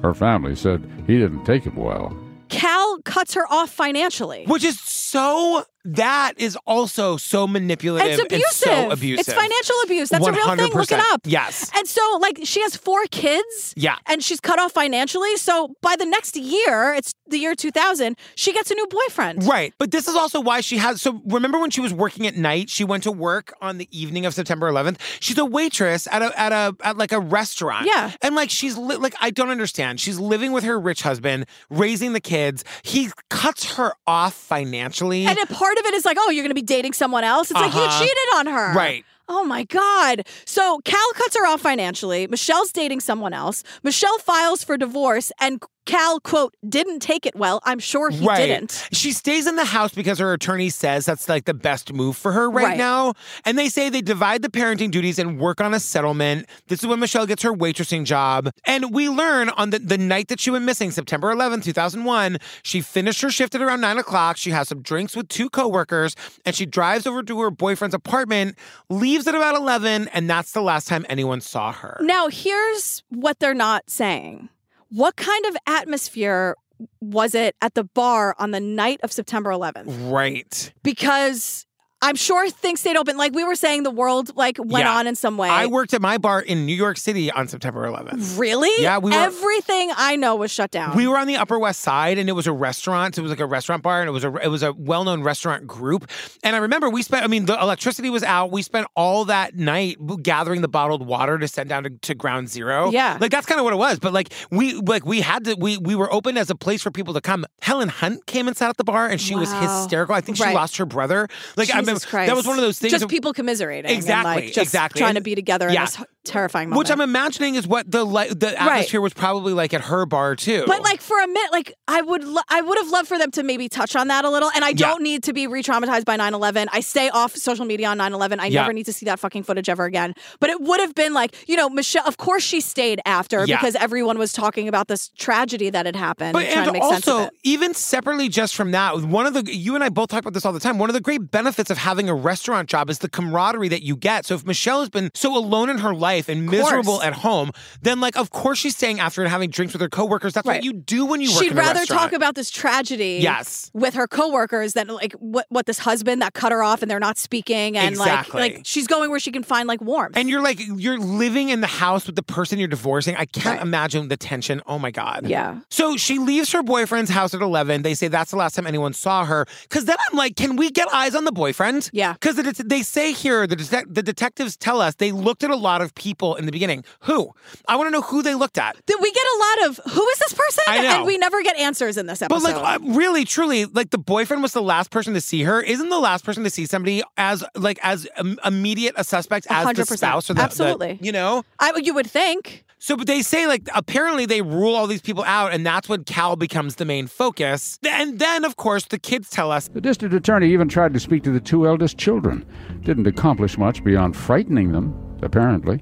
Speaker 4: Her family said he didn't take it well.
Speaker 3: Cal cuts her off financially.
Speaker 2: which is so, that is also so manipulative
Speaker 3: It's abusive.
Speaker 2: and so abusive.
Speaker 3: It's financial abuse. That's a real thing. Look it
Speaker 2: 100%.
Speaker 3: up.
Speaker 2: Yes.
Speaker 3: And so, like, she has four kids.
Speaker 2: Yeah.
Speaker 3: And she's cut off financially. So by the next year, it's the year 2000, she gets a new boyfriend.
Speaker 2: Right. But this is also why she has. So remember when she was working at night? She went to work on the evening of September 11th. She's a waitress at a at a at like a restaurant.
Speaker 3: Yeah.
Speaker 2: And like she's li- like I don't understand. She's living with her rich husband, raising the kids. He cuts her off financially.
Speaker 3: And a part of it is like, oh, you're going to be dating someone else. It's like
Speaker 2: Uh-huh.
Speaker 3: you cheated on her.
Speaker 2: Right.
Speaker 3: Oh my God. So Cal cuts her off financially. Michelle's dating someone else. Michelle files for divorce, and Cal, quote, didn't take it well. I'm sure he
Speaker 2: right.
Speaker 3: didn't.
Speaker 2: She stays in the house because her attorney says that's like the best move for her right,
Speaker 3: Right.
Speaker 2: now. And they say they divide the parenting duties and work on a settlement. This is when Michelle gets her waitressing job. And we learn on the, the night that she went missing, September 11th, 2001, she finished her shift at around nine o'clock. She has some drinks with two coworkers and she drives over to her boyfriend's apartment, leaves at about 11, and that's the last time anyone saw her.
Speaker 3: Now, here's what they're not saying. What kind of atmosphere was it at the bar on the night of September 11th?
Speaker 2: Right.
Speaker 3: Because I'm sure things stayed open. Like we were saying, the world like went
Speaker 2: Yeah.
Speaker 3: on in some way.
Speaker 2: I worked at my bar in New York City on September 11th.
Speaker 3: Really?
Speaker 2: Yeah, we were.
Speaker 3: Everything I know was shut down.
Speaker 2: we were on the Upper West Side, and it was a restaurant. It was like a restaurant bar, and it was a it was a well known restaurant group. And I remember we spent. I mean, the electricity was out. We spent all that night gathering the bottled water to send down to, to Ground Zero.
Speaker 3: Yeah.
Speaker 2: like that's kind of what it was. But like we like we had to we we were open as a place for people to come. Helen Hunt came and sat at the bar, and she was
Speaker 3: Wow.
Speaker 2: hysterical. I think she
Speaker 3: Right.
Speaker 2: lost her brother. Like I
Speaker 3: Jesus
Speaker 2: remember
Speaker 3: Christ.
Speaker 2: that was one of those things.
Speaker 3: Just
Speaker 2: of-
Speaker 3: people commiserating. and,
Speaker 2: Exactly,
Speaker 3: like, just
Speaker 2: exactly.
Speaker 3: Trying
Speaker 2: And-
Speaker 3: to be together in
Speaker 2: yeah.
Speaker 3: this terrifying moment.
Speaker 2: which I'm imagining is what the li- the atmosphere was probably like at her bar too.
Speaker 3: But like for a minute, like I would, lo- I would have loved for them to maybe touch on that a little. And I
Speaker 2: Yeah.
Speaker 3: don't need to be re-traumatized by 9/11. I stay off social media on 9/11. I
Speaker 2: Yeah.
Speaker 3: never need to see that fucking footage ever again. But it would have been like, you know, Michelle. Of course, she stayed after
Speaker 2: Yeah.
Speaker 3: because everyone was talking about this tragedy that had happened.
Speaker 2: But
Speaker 3: and trying
Speaker 2: and
Speaker 3: to make
Speaker 2: also,
Speaker 3: sense of it.
Speaker 2: even separately, just from that, one of the you and I both talk about this all the time. One of the great benefits of having a restaurant job is the camaraderie that you get. So if Michelle has been so alone in her life and
Speaker 3: course.
Speaker 2: miserable at home, then like of course she's staying after and having drinks with her coworkers. That's what
Speaker 3: Right.
Speaker 2: you do when you work.
Speaker 3: She'd
Speaker 2: in a
Speaker 3: rather
Speaker 2: restaurant.
Speaker 3: talk about this tragedy
Speaker 2: Yes.
Speaker 3: with her coworkers than like what what this husband that cut her off and they're not speaking and
Speaker 2: Exactly.
Speaker 3: like like she's going where she can find like warmth.
Speaker 2: And you're like you're living in the house with the person you're divorcing. I can't imagine the tension. Oh my god.
Speaker 3: Yeah.
Speaker 2: So she leaves her boyfriend's house at 11. They say that's the last time anyone saw her. Because then I'm like, can we get eyes on the boyfriend?
Speaker 3: Yeah.
Speaker 2: Because they say here, the, detec- the detectives tell us they looked at a lot of people in the beginning. Who? I want to know who they looked at.
Speaker 3: Did we get a lot of who is this person?
Speaker 2: I know.
Speaker 3: And we never get answers in this
Speaker 2: But
Speaker 3: episode.
Speaker 2: like, uh, really, truly, like the boyfriend was the last person to see her. Isn't the last person to see somebody as like as um, immediate a suspect as the
Speaker 3: 100%.
Speaker 2: spouse or the the-
Speaker 3: Absolutely.
Speaker 2: you know?
Speaker 3: I, you would think.
Speaker 2: So, but they say like apparently they rule all these people out, and that's when Cal becomes the main focus. And then, of course, the kids tell us
Speaker 4: The district attorney even tried to speak to the two eldest children. Didn't accomplish much beyond frightening them, apparently.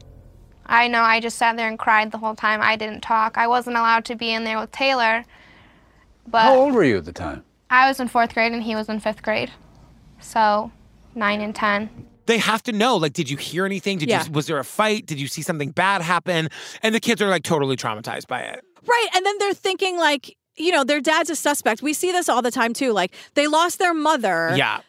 Speaker 5: I know I just sat there and cried the whole time. I didn't talk. I wasn't allowed to be in there with Taylor. But
Speaker 10: How old were you at the time?
Speaker 5: I was in fourth grade and he was in fifth grade. So nine and ten.
Speaker 2: they have to know like, did you hear anything? Did
Speaker 5: Yeah.
Speaker 2: you was there a fight? Did you see something bad happen? And the kids are like totally traumatized by it.
Speaker 3: Right. And then they're thinking like, you know, their dad's a suspect. We see this all the time too. Like they lost their mother.
Speaker 2: Yeah.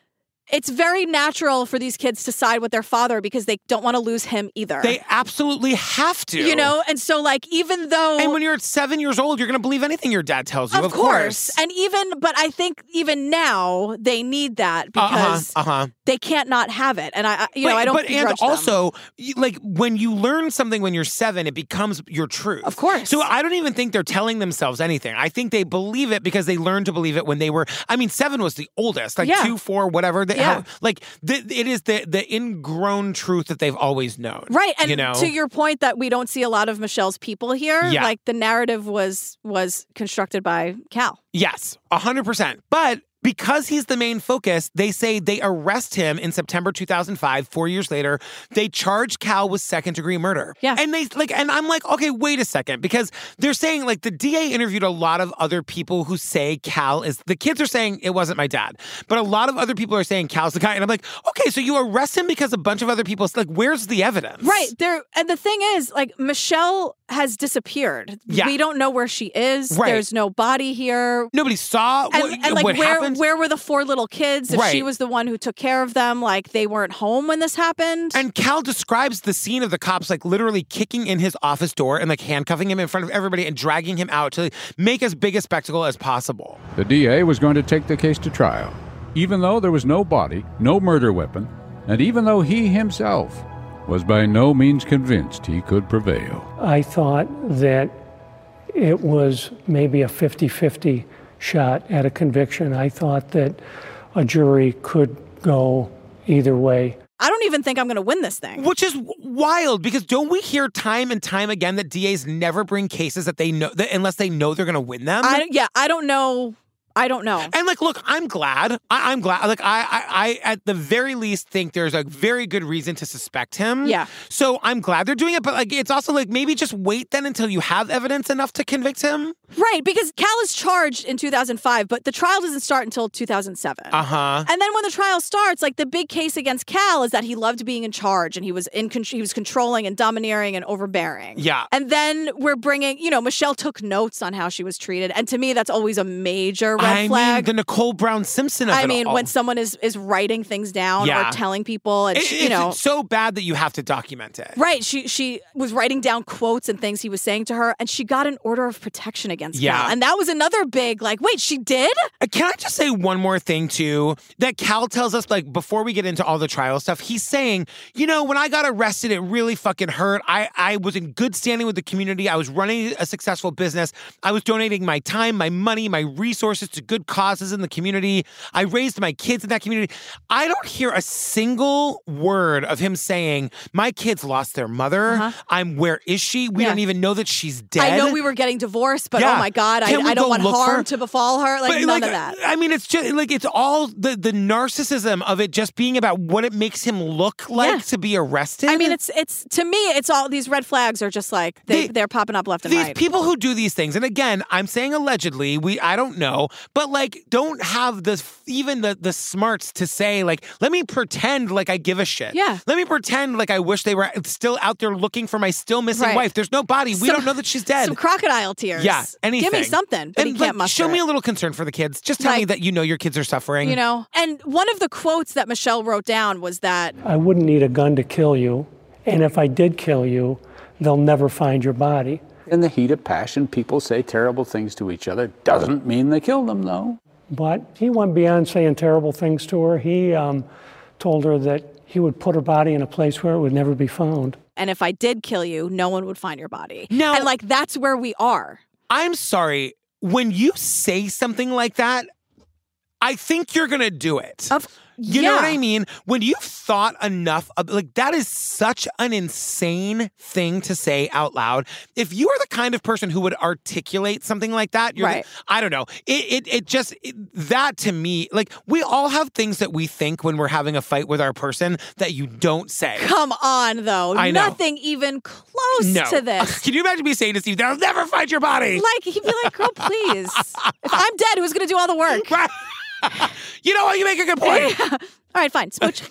Speaker 3: It's very natural for these kids to side with their father because they don't want to lose him either.
Speaker 2: They absolutely have to.
Speaker 3: You know, and so like even though
Speaker 2: And when you're at seven years old, you're gonna believe anything your dad tells you. Of,
Speaker 3: And even but I think even now they need that because
Speaker 2: uh huh. Uh-huh.
Speaker 3: they can't not have it. And I I- you know,
Speaker 2: But-
Speaker 3: I don't
Speaker 2: But and
Speaker 3: begrudge them.
Speaker 2: also, you- like when you learn something when you're seven, it becomes your truth. Of course. So I don't even think they're telling themselves anything. I think they believe it because they learned to believe it when they were. I mean, seven was the oldest, like
Speaker 3: Yeah.
Speaker 2: two, four, whatever. They,
Speaker 3: Yeah.
Speaker 2: how- like the, it is the the ingrown truth that they've always known.
Speaker 3: Right. And
Speaker 2: you know.
Speaker 3: to your point that we don't see a lot of Michelle's people here,
Speaker 2: Yeah.
Speaker 3: like the narrative was was constructed by Cal.
Speaker 2: Yes, 100%. But because he's the main focus, they say they arrest him in September 2005, 4 years later. They charge Cal with second-degree murder. Yeah. And they like and I'm like, "Okay, wait a second because they're saying like the DA interviewed a lot of other people who say Cal is the kids are saying it wasn't my dad. But a lot of other people are saying Cal's the guy and I'm like, "Okay, so you arrest him because a bunch of other people like where's the evidence?"
Speaker 3: Right. There and the thing is, like Michelle has disappeared.
Speaker 2: Yeah.
Speaker 3: We don't know where she is.
Speaker 2: Right.
Speaker 3: There's no body here.
Speaker 2: Nobody saw
Speaker 3: And,
Speaker 2: what,
Speaker 3: and like
Speaker 2: what
Speaker 3: where
Speaker 2: happened.
Speaker 3: where were the four little kids? If she
Speaker 2: Right.
Speaker 3: was the one who took care of them, like they weren't home when this happened.
Speaker 2: And Cal describes the scene of the cops like literally kicking in his office door and like handcuffing him in front of everybody and dragging him out to make as big a spectacle as possible.
Speaker 4: The DA was going to take the case to trial, even though there was no body, no murder weapon, and even though he himself was by no means convinced he could prevail.
Speaker 12: I thought that it was maybe a 50 50 shot at a conviction. I thought that a jury could go either way.
Speaker 3: I don't even think I'm gonna win this thing.
Speaker 2: Which is wild because don't we hear time and time again that DAs never bring cases that they know that unless they know they're going to win them?
Speaker 3: I yeah, I don't know. I don't know.
Speaker 2: And like, look, I'm glad. I, I'm glad. Like, I, I, I, at the very least, think there's a very good reason to suspect him.
Speaker 3: Yeah.
Speaker 2: So I'm glad they're doing it, but like, it's also like maybe just wait then until you have evidence enough to convict him.
Speaker 3: Right, because Cal is charged in 2005, but the trial doesn't start until 2007.
Speaker 2: Uh huh.
Speaker 3: And then when the trial starts, like the big case against Cal is that he loved being in charge and he was in con- he was controlling and domineering and overbearing.
Speaker 2: Yeah.
Speaker 3: And then we're bringing, you know, Michelle took notes on how she was treated, and to me that's always a major red
Speaker 2: I
Speaker 3: flag.
Speaker 2: mean, the Nicole Brown Simpson of
Speaker 3: I
Speaker 2: it
Speaker 3: mean,
Speaker 2: all.
Speaker 3: when someone is is writing things down
Speaker 2: Yeah.
Speaker 3: or telling people, and
Speaker 2: It-
Speaker 3: she-
Speaker 2: it's
Speaker 3: you know,
Speaker 2: so bad that you have to document it.
Speaker 3: right? She she was writing down quotes and things he was saying to her, and she got an order of protection against
Speaker 2: Yeah.
Speaker 3: Cal, and that was another big like, wait, she did?
Speaker 2: Uh, Can I just say one more thing too? That Cal tells us, like, before we get into all the trial stuff, he's saying, you know, when I got arrested, it really fucking hurt. I, I was in good standing with the community. I was running a successful business. I was donating my time, my money, my resources to good causes in the community. I raised my kids in that community. I don't hear a single word of him saying, my kids lost their mother. I'm where is she? We
Speaker 3: Uh-huh. Yeah.
Speaker 2: don't even know that she's dead.
Speaker 3: I know we were getting divorced, but
Speaker 2: Yeah.
Speaker 3: oh my god, I,
Speaker 2: Can we
Speaker 3: I don't
Speaker 2: go
Speaker 3: want
Speaker 2: look for
Speaker 3: harm
Speaker 2: her?
Speaker 3: to befall her. Like
Speaker 2: But,
Speaker 3: none
Speaker 2: like, uh,
Speaker 3: of that.
Speaker 2: I mean, it's just like it's all the the narcissism of it just being about what it makes him look like to be arrested.
Speaker 3: I mean, it's it's to me, it's all these red flags are just like they, they, are popping up left and
Speaker 2: these
Speaker 3: right.
Speaker 2: people who do these things, and again, I'm saying allegedly, we I don't know, but like don't have the even the the smarts to say like, let me pretend like I give a shit.
Speaker 3: Yeah.
Speaker 2: Let me pretend like I wish they were still out there looking for my still missing
Speaker 3: Right.
Speaker 2: wife. There's no body. we
Speaker 3: Some-
Speaker 2: don't know that she's dead.
Speaker 3: Some crocodile tears.
Speaker 2: yeah, anything.
Speaker 3: Give me something, but
Speaker 2: and
Speaker 3: he
Speaker 2: like,
Speaker 3: can't muster.
Speaker 2: show me
Speaker 3: it,
Speaker 2: a little concern for the kids. Just tell me
Speaker 3: Like,
Speaker 2: that you know your kids are suffering.
Speaker 3: You know, and one of the quotes that Michelle wrote down was that
Speaker 12: I wouldn't need a gun to kill you, and if I did kill you, they'll never find your body.
Speaker 10: In the heat of passion, people say terrible things to each other. Doesn't mean they killed them, though.
Speaker 12: But he went beyond saying terrible things to her. He um, told her that he would put her body in a place where it would never be found.
Speaker 3: and if I did kill you, no one would find your body. No, and like that's where we are.
Speaker 2: I'm sorry. When you say something like that, I think you're going to do it. you know what I
Speaker 3: yeah.
Speaker 2: mean? When you've thought enough of like that is such an insane thing to say out loud. If you are the kind of person who would articulate something like that, you're
Speaker 14: Right.
Speaker 2: the- I don't know. It it it just it- that to me, like we all have things that we think when we're having a fight with our person that you don't say.
Speaker 3: Come on, though,
Speaker 2: I know.
Speaker 3: nothing even close
Speaker 2: no.
Speaker 3: to this.
Speaker 2: Can you imagine me saying to Steve, they'll never find your body?
Speaker 3: Like he'd be like, "Girl, please. if I'm dead, who's gonna do all the work?"
Speaker 2: you know what? You make a good point.
Speaker 3: All right, fine. Smooch.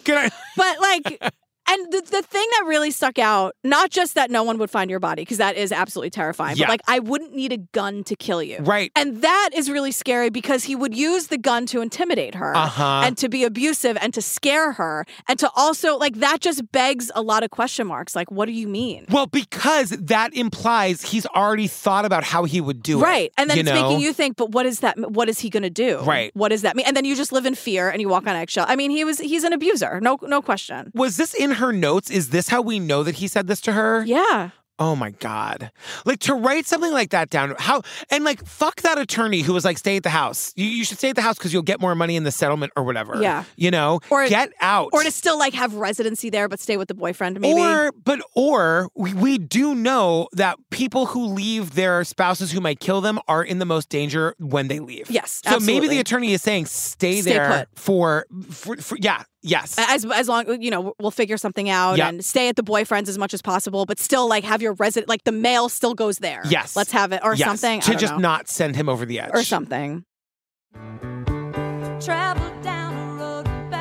Speaker 3: But like, and the, the thing that really stuck out, not just that no one would find your body, because that is absolutely terrifying,
Speaker 8: Yeah.
Speaker 3: but like, I wouldn't need a gun to kill you.
Speaker 8: Right.
Speaker 3: And that is really scary because he would use the gun to intimidate her
Speaker 8: Uh-huh.
Speaker 3: and to be abusive and to scare her and to also, like, that just begs a lot of question marks. Like, what do you mean?
Speaker 2: Well, because that implies he's already thought about how he would do it.
Speaker 3: right. And then
Speaker 2: you
Speaker 3: it's
Speaker 2: know?
Speaker 3: making you think, but what is that? What is he going to do?
Speaker 2: Right.
Speaker 3: What does that mean? And then you just live in fear and you walk on eggshell. I mean, he was, he's an abuser. No, no question.
Speaker 2: Was this in her notes? Is this how we know that he said this to her?
Speaker 3: Yeah.
Speaker 2: Oh my God. Like to write something like that down, how, and like, fuck that attorney who was like, stay at the house. You, you should stay at the house because you'll get more money in the settlement or whatever.
Speaker 3: Yeah.
Speaker 2: You know,
Speaker 3: Or-
Speaker 2: get out.
Speaker 3: Or to still like have residency there but stay with the boyfriend, maybe.
Speaker 2: Or, but or we, we do know that people who leave their spouses who might kill them are in the most danger when they leave.
Speaker 3: Yes,
Speaker 2: So maybe
Speaker 3: absolutely.
Speaker 2: the attorney is saying stay,
Speaker 3: Stay Uh,
Speaker 2: there for, for for yeah yes.
Speaker 3: as as long you know, we'll figure something out
Speaker 2: Yeah.
Speaker 3: and stay at the boyfriend's as much as possible, but still like have your resident like the mail still goes there.
Speaker 2: Yes.
Speaker 3: let's have it or
Speaker 2: Yes,
Speaker 3: something I
Speaker 2: to
Speaker 3: don't
Speaker 2: just
Speaker 3: know.
Speaker 2: not send him over the edge
Speaker 3: or something.
Speaker 8: Travel down a road and back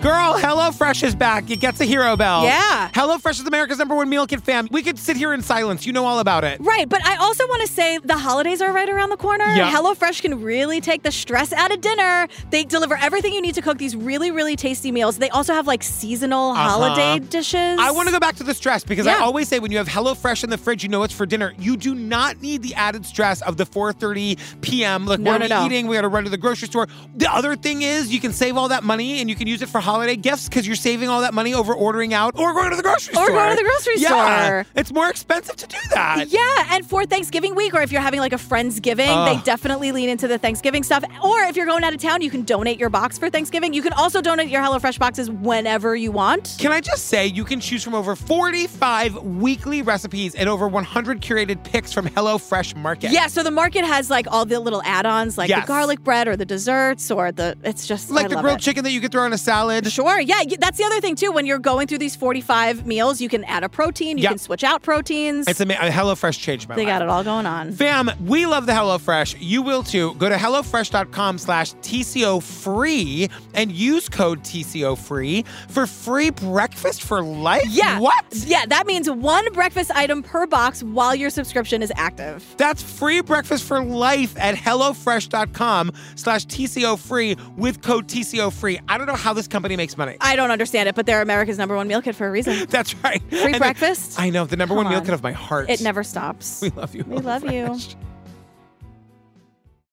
Speaker 2: Girl, HelloFresh is back. It gets a hero bell.
Speaker 3: Yeah.
Speaker 2: HelloFresh is America's number one meal kit fam. We could sit here in silence. You know all about it.
Speaker 3: Right, but I also want to say the holidays are right around the corner.
Speaker 2: Yeah.
Speaker 3: HelloFresh can really take the stress out of dinner. They deliver everything you need to cook these really, really tasty meals. They also have like seasonal
Speaker 2: Uh-huh.
Speaker 3: holiday dishes.
Speaker 2: I want to go back to the stress because I
Speaker 3: Yeah.
Speaker 2: always say when you have HelloFresh in the fridge, you know it's for dinner. You do not need the added stress of the 4:30 p.m. Look,
Speaker 3: No,
Speaker 2: we're
Speaker 3: no,
Speaker 2: already
Speaker 3: no.
Speaker 2: eating. We got to run to the grocery store. The other thing is you can save all that money and you can use it for holiday gifts because you're saving all that money over ordering out or going to the grocery
Speaker 3: Or
Speaker 2: store.
Speaker 3: going to the grocery
Speaker 2: yeah,
Speaker 3: store.
Speaker 2: It's more expensive to do that.
Speaker 3: Yeah, and for Thanksgiving week, or if you're having like a Friendsgiving,
Speaker 2: Ugh.
Speaker 3: they definitely lean into the Thanksgiving stuff. Or if you're going out of town, you can donate your box for Thanksgiving. You can also donate your HelloFresh boxes whenever you want.
Speaker 2: Can I just say you can choose from over 45 weekly recipes and over 100 curated picks from HelloFresh Market.
Speaker 3: Yeah, so the market has like all the little add-ons, like
Speaker 2: Yes.
Speaker 3: the garlic bread or the desserts or the. It's just I
Speaker 2: Like the
Speaker 3: love
Speaker 2: grilled
Speaker 3: it.
Speaker 2: chicken that you could throw in a salad salad.
Speaker 3: Sure. Yeah, y- that's the other thing too. When you're going through these 45 meals, you can add a protein, you
Speaker 2: Yeah.
Speaker 3: can switch out proteins.
Speaker 2: It's amazing. HelloFresh changed my
Speaker 3: they
Speaker 2: life.
Speaker 3: got it all going on.
Speaker 2: Fam, we love the HelloFresh. You will too. Go to HelloFresh.com slash TCO free and use code TCO free for free breakfast for life.
Speaker 3: Yeah.
Speaker 2: What?
Speaker 3: Yeah, that means one breakfast item per box while your subscription is active.
Speaker 2: That's free breakfast for life at HelloFresh.com slash TCO free with code TCO free. I don't know how this company makes money.
Speaker 3: I don't understand it, but they're America's number one meal kit for a reason.
Speaker 2: That's right.
Speaker 3: Free
Speaker 2: And
Speaker 3: breakfast.
Speaker 2: I know, the number
Speaker 3: Come
Speaker 2: one meal
Speaker 3: on.
Speaker 2: kit of my heart.
Speaker 3: It never stops.
Speaker 2: We love you.
Speaker 3: We love you.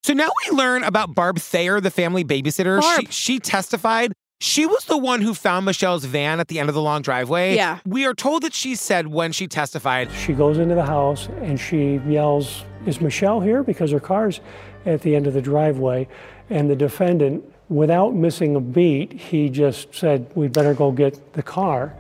Speaker 2: So now we learn about Barb Thayer, the family babysitter. She,
Speaker 3: Barb.
Speaker 2: she testified. She was the one who found Michelle's van at the end of the long driveway.
Speaker 12: Yeah.
Speaker 2: We are told that she said when she testified,
Speaker 12: She goes into the house and she yells, Is Michelle here? Because her car's at the end of the driveway. And the defendant, without missing a beat, he just said, We'd better go get the car.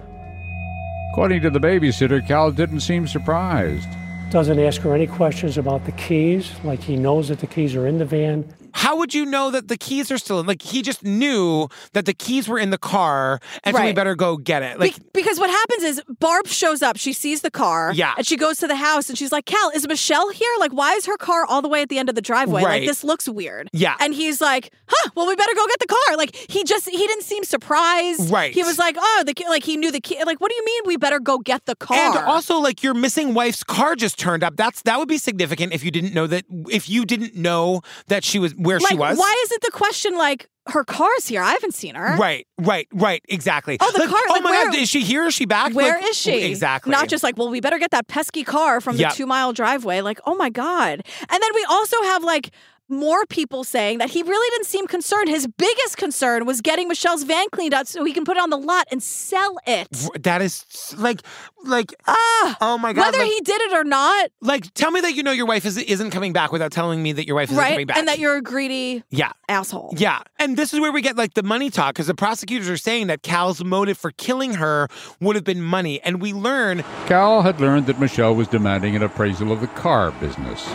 Speaker 4: According to the babysitter, Cal didn't seem surprised.
Speaker 12: Doesn't ask her any questions about the keys, like he knows that the keys are in the van.
Speaker 2: How would you know that the keys are still in? Like, he just knew that the keys were in the car, and so we
Speaker 3: Right.
Speaker 2: better go get it. Like,
Speaker 3: because what happens is Barb shows up, she sees the car,
Speaker 2: Yeah.
Speaker 3: and she goes to the house and she's like, Cal, is Michelle here? Like, why is her car all the way at the end of the driveway?
Speaker 2: Right.
Speaker 3: Like, this looks weird.
Speaker 2: Yeah.
Speaker 3: And he's like, huh, well, we better go get the car. Like, he just, he didn't seem surprised.
Speaker 2: Right.
Speaker 3: He was like, oh, the key, like, he knew the key. Like, what do you mean we better go get the car?
Speaker 2: And also, like your missing wife's car just turned up. That's that would be significant if you didn't know that if you didn't know that she was where
Speaker 3: like,
Speaker 2: she was.
Speaker 3: why isn't the question like, her car's here? I haven't seen her.
Speaker 2: Right, right, right, exactly.
Speaker 3: Oh, the
Speaker 2: Like,
Speaker 3: car-
Speaker 2: Oh
Speaker 3: like,
Speaker 2: my
Speaker 3: where-
Speaker 2: God, is she here? Is she back?
Speaker 3: Where is
Speaker 2: Like,
Speaker 3: she?
Speaker 2: Exactly.
Speaker 3: Not just like, well, we better get that pesky car from the
Speaker 2: Yep.
Speaker 3: two mile driveway. Like, oh my God. And then we also have like more people saying that he really didn't seem concerned. His biggest concern was getting Michelle's van cleaned up so he can put it on the lot and sell it.
Speaker 2: that is like, like.
Speaker 3: Ah.
Speaker 2: oh my God.
Speaker 3: Whether
Speaker 2: like,
Speaker 3: he did it or not,
Speaker 2: like, tell me that you know your wife is isn't coming back without telling me that your wife isn't coming
Speaker 3: right?
Speaker 2: back.
Speaker 3: And that you're a greedy
Speaker 2: yeah.
Speaker 3: asshole.
Speaker 2: Yeah. And this is where we get like the money talk because the prosecutors are saying that Cal's motive for killing her would have been money. And we learn
Speaker 4: Cal had learned that Michelle was demanding an appraisal of the car business.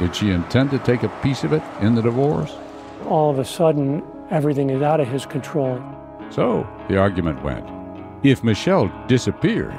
Speaker 4: Did she intend to take a piece of it in the divorce?
Speaker 12: All of a sudden, everything is out of his control.
Speaker 4: So, the argument went. If Michelle disappeared,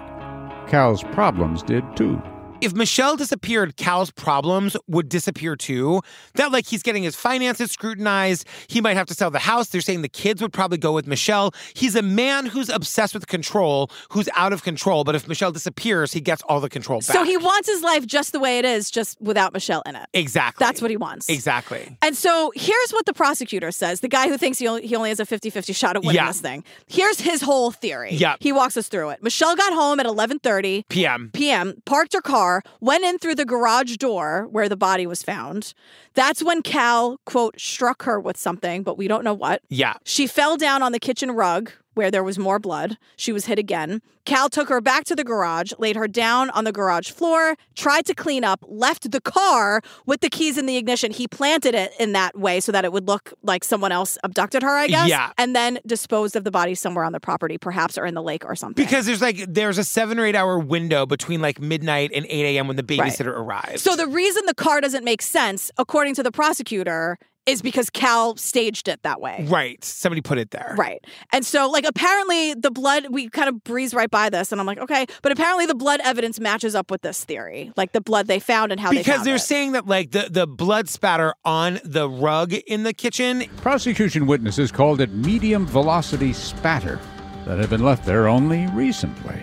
Speaker 4: Cal's problems did too.
Speaker 2: if Michelle disappeared, Cal's problems would disappear too. That, like, he's getting his finances scrutinized. He might have to sell the house. They're saying the kids would probably go with Michelle. He's a man who's obsessed with control, who's out of control. But if Michelle disappears, he gets all the control back.
Speaker 3: So he wants his life just the way it is, just without Michelle in it.
Speaker 2: Exactly.
Speaker 3: That's what he wants.
Speaker 2: Exactly.
Speaker 3: And so here's what the prosecutor says the guy who thinks he only, he only has a 50 50 shot at winning
Speaker 2: Yeah.
Speaker 3: this thing. Here's his whole theory.
Speaker 2: Yeah.
Speaker 3: He walks us through it. Michelle got home at 11:30
Speaker 2: PM.
Speaker 3: p.m., parked her car, went in through the garage door where the body was found. That's when Cal, quote, struck her with something, but we don't know what.
Speaker 2: Yeah.
Speaker 3: She fell down on the kitchen rug where there was more blood. She was hit again. Cal took her back to the garage, laid her down on the garage floor, tried to clean up, left the car with the keys in the ignition. He planted it in that way so that it would look like someone else abducted her, I guess.
Speaker 2: Yeah.
Speaker 3: And then disposed of the body somewhere on the property, perhaps, or in the lake or something.
Speaker 2: Because there's like, there's a seven or eight hour window between like midnight and 8 a.m. when the
Speaker 3: Right.
Speaker 2: babysitter arrives.
Speaker 3: So the reason the car doesn't make sense, according to the prosecutor, is because Cal staged it that way.
Speaker 2: Right. Somebody put it there.
Speaker 3: Right. And so, like, apparently the blood, we kind of breeze right by this, and I'm like, okay, but apparently the blood evidence matches up with this theory, like the blood they found and how they
Speaker 2: Because
Speaker 3: found
Speaker 2: they're
Speaker 3: it.
Speaker 2: saying that like the, the blood spatter on the rug in the kitchen
Speaker 4: Prosecution witnesses called it medium velocity spatter that had been left there only recently.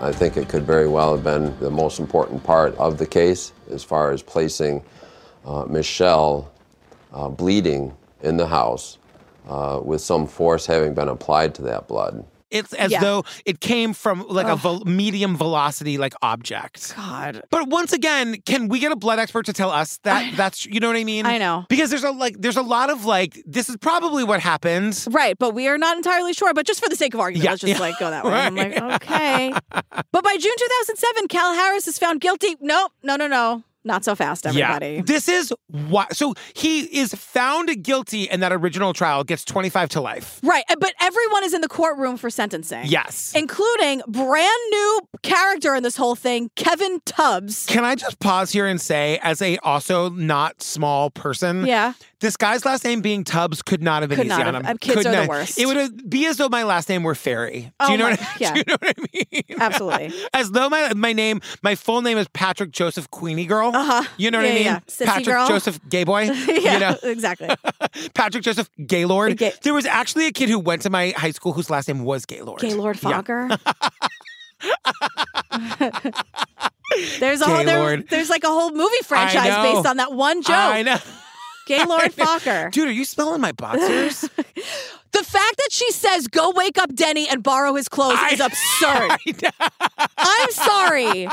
Speaker 14: I think it could very well have been the most important part of the case as far as placing uh, Michelle uh, bleeding in the house uh, with some force having been applied to that blood.
Speaker 2: It's as
Speaker 14: Yeah.
Speaker 2: though it came from like a
Speaker 14: Ugh.
Speaker 2: vel- medium velocity like object.
Speaker 3: God.
Speaker 2: But once again, can we get a blood expert to tell us that that's you know what I mean?
Speaker 3: I know.
Speaker 2: Because there's a like there's a lot of like this is probably what happens.
Speaker 3: Right, but we are not entirely sure. But just for the sake of argument,
Speaker 2: Yeah.
Speaker 3: let's just like go that way. I'm
Speaker 2: Right.
Speaker 3: like, okay. but by June 2007, Cal Harris is found guilty. Nope, no, no, no. Not so fast, everybody.
Speaker 2: Yeah. This is why. So he is found guilty in that original trial, gets 25 to life.
Speaker 3: Right, uh, but everyone is in the courtroom for sentencing.
Speaker 2: Yes.
Speaker 3: Including brand new character in this whole thing, Kevin Tubbs.
Speaker 2: Can I just pause here and say, as a also not small person,
Speaker 3: Yeah.
Speaker 2: this guy's last name being Tubbs could not have been
Speaker 3: Could
Speaker 2: easy
Speaker 3: not
Speaker 2: on
Speaker 3: have-
Speaker 2: him.
Speaker 3: uh, kids
Speaker 2: Could
Speaker 3: are the
Speaker 2: not-
Speaker 3: worst.
Speaker 2: It would be as though my last name were Ferry. Do
Speaker 3: Oh
Speaker 2: you know
Speaker 3: my-
Speaker 2: what I mean?
Speaker 3: yeah.
Speaker 2: Do you know what I mean?
Speaker 3: Absolutely.
Speaker 2: As though my my name, my full name is Patrick Joseph Queenie Girl. Uh-huh. You know what
Speaker 3: Yeah,
Speaker 2: I mean?
Speaker 3: yeah, yeah. Sissy
Speaker 2: Patrick
Speaker 3: girl.
Speaker 2: Joseph Gay Boy.
Speaker 3: yeah,
Speaker 2: You know?
Speaker 3: exactly.
Speaker 2: Patrick Joseph Gaylord. there was actually a kid who went to my high school whose last name was Gaylord.
Speaker 3: Gaylord
Speaker 2: Yeah.
Speaker 3: Fogger. there's a whole, there,
Speaker 2: Gaylord.
Speaker 3: there's like a whole movie franchise
Speaker 2: know.
Speaker 3: based on that one joke.
Speaker 2: I know.
Speaker 3: Gaylord Fokker.
Speaker 2: Dude, are you smelling my boxers?
Speaker 3: The fact that she says, go wake up Denny and borrow his clothes is absurd. I'm sorry.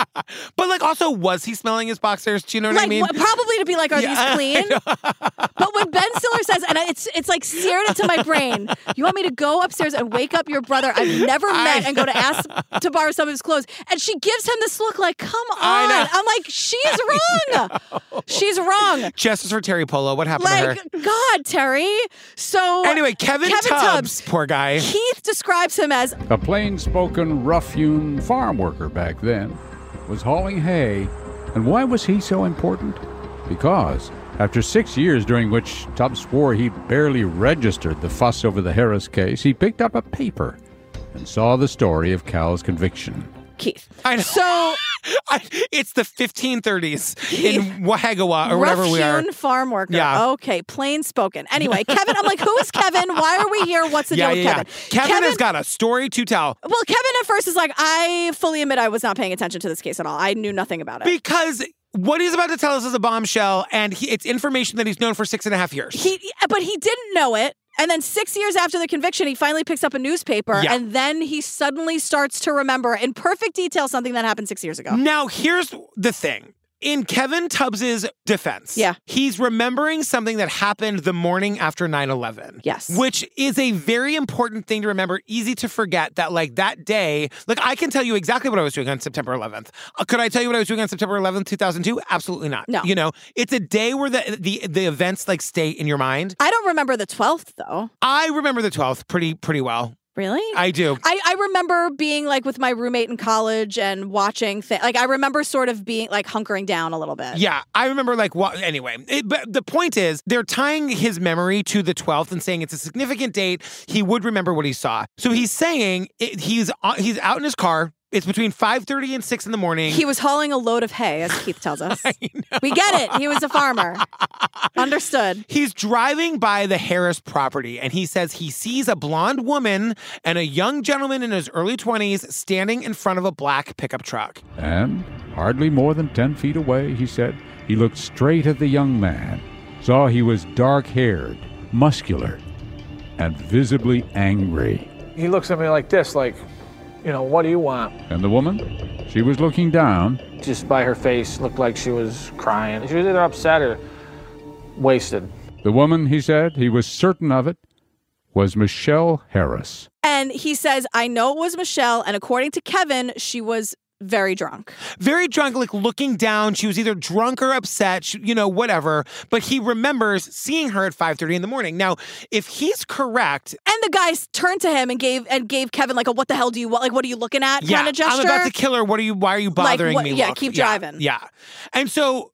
Speaker 2: but like also was he smelling his boxers? Do you know what
Speaker 3: like,
Speaker 2: I mean?
Speaker 3: wh- probably to be like, are
Speaker 2: Yeah, I
Speaker 3: these clean? but when Ben Stiller says, and I- it's it's like seared into my brain, you want me to go upstairs and wake up your brother I've never met and go to ask to borrow some of his clothes, and she gives him this look like, come
Speaker 2: I
Speaker 3: on,
Speaker 2: know.
Speaker 3: I'm like, she's wrong, she's wrong.
Speaker 2: Justice for Terry Polo. What happened
Speaker 3: Like
Speaker 2: to her?
Speaker 3: God, Terry. So
Speaker 2: Anyway, Kevin, Tubbs, poor guy.
Speaker 3: Keith describes him as
Speaker 4: A plain spoken, rough hewn farm worker back then was hauling hay. And why was he so important? Because after six years during which Tubbs swore he barely registered the fuss over the Harris case, he picked up a paper and saw the story of Cal's conviction.
Speaker 3: Keith.
Speaker 2: I know.
Speaker 3: So
Speaker 2: I, it's the 1530s in Wahagawa or whatever we are.
Speaker 3: rough-hewn farm worker.
Speaker 2: Yeah.
Speaker 3: Okay, plain spoken. Anyway, Kevin, I'm like, who is Kevin? Why are we here? What's the
Speaker 2: yeah,
Speaker 3: deal with
Speaker 2: yeah,
Speaker 3: Kevin?
Speaker 2: yeah. Kevin, has got a story to tell
Speaker 3: Well, Kevin at first is like, I fully admit I was not paying attention to this case at all. I knew nothing about it.
Speaker 2: because what he's about to tell us is a bombshell, and he, it's information that he's known for six and a half years.
Speaker 3: he, but he didn't know it. And then six years after the conviction, he finally picks up a newspaper,
Speaker 2: Yeah.
Speaker 3: and then he suddenly starts to remember in perfect detail something that happened six years ago.
Speaker 2: Now, here's the thing. In Kevin Tubbs's defense, yeah. he's remembering something that happened the morning after 9/11.
Speaker 3: Yes.
Speaker 2: Which is a very important thing to remember, easy to forget that like that day, like I can tell you exactly what I was doing on September 11th. Uh, Could I tell you what I was doing on September 11th, 2002? Absolutely not.
Speaker 3: No.
Speaker 2: You know, it's a day where the the the events like stay in your mind.
Speaker 3: I don't remember the 12th, though.
Speaker 2: I remember the 12th pretty pretty well.
Speaker 3: Really?
Speaker 2: I do.
Speaker 3: I, I remember being like with my roommate in college and watching thi- Like, I remember sort of being like hunkering down a little bit.
Speaker 2: Yeah, I remember like what anyway. It, but the point is they're tying his memory to the 12th and saying it's a significant date. He would remember what he saw. So he's saying it, he's on- he's out in his car. It's between 5:30 and 6 in the morning.
Speaker 3: He was hauling a load of hay, as Keith tells us. We get it. He was a farmer. Understood.
Speaker 2: He's driving by the Harris property and he says he sees a blonde woman and a young gentleman in his early 20s standing in front of a black pickup truck.
Speaker 4: And, hardly more than ten feet away, he said, he looked straight at the young man, saw he was dark haired, muscular, and visibly angry.
Speaker 15: He looks at me like this, like, you know, what do you want?
Speaker 4: And the woman? She was looking down.
Speaker 15: Just by her face, looked like she was crying. She was either upset or wasted.
Speaker 4: The woman, he said, he was certain of it, was Michelle Harris.
Speaker 3: And he says, I know it was Michelle. And according to Kevin, she was very drunk.
Speaker 2: very drunk, like looking down. She was either drunk or upset, she, you know, whatever. But he remembers seeing her at 5:30 in the morning. Now, if he's correct,
Speaker 3: And the guys turned to him and gave and gave Kevin like a what the hell do you want? Like, what are you looking at?
Speaker 2: yeah,
Speaker 3: kind of gesture.
Speaker 2: I'm about to kill her. What are you? Why are you
Speaker 3: Like,
Speaker 2: bothering
Speaker 3: what-
Speaker 2: me?
Speaker 3: yeah,
Speaker 2: look?
Speaker 3: keep driving.
Speaker 2: Yeah, and so.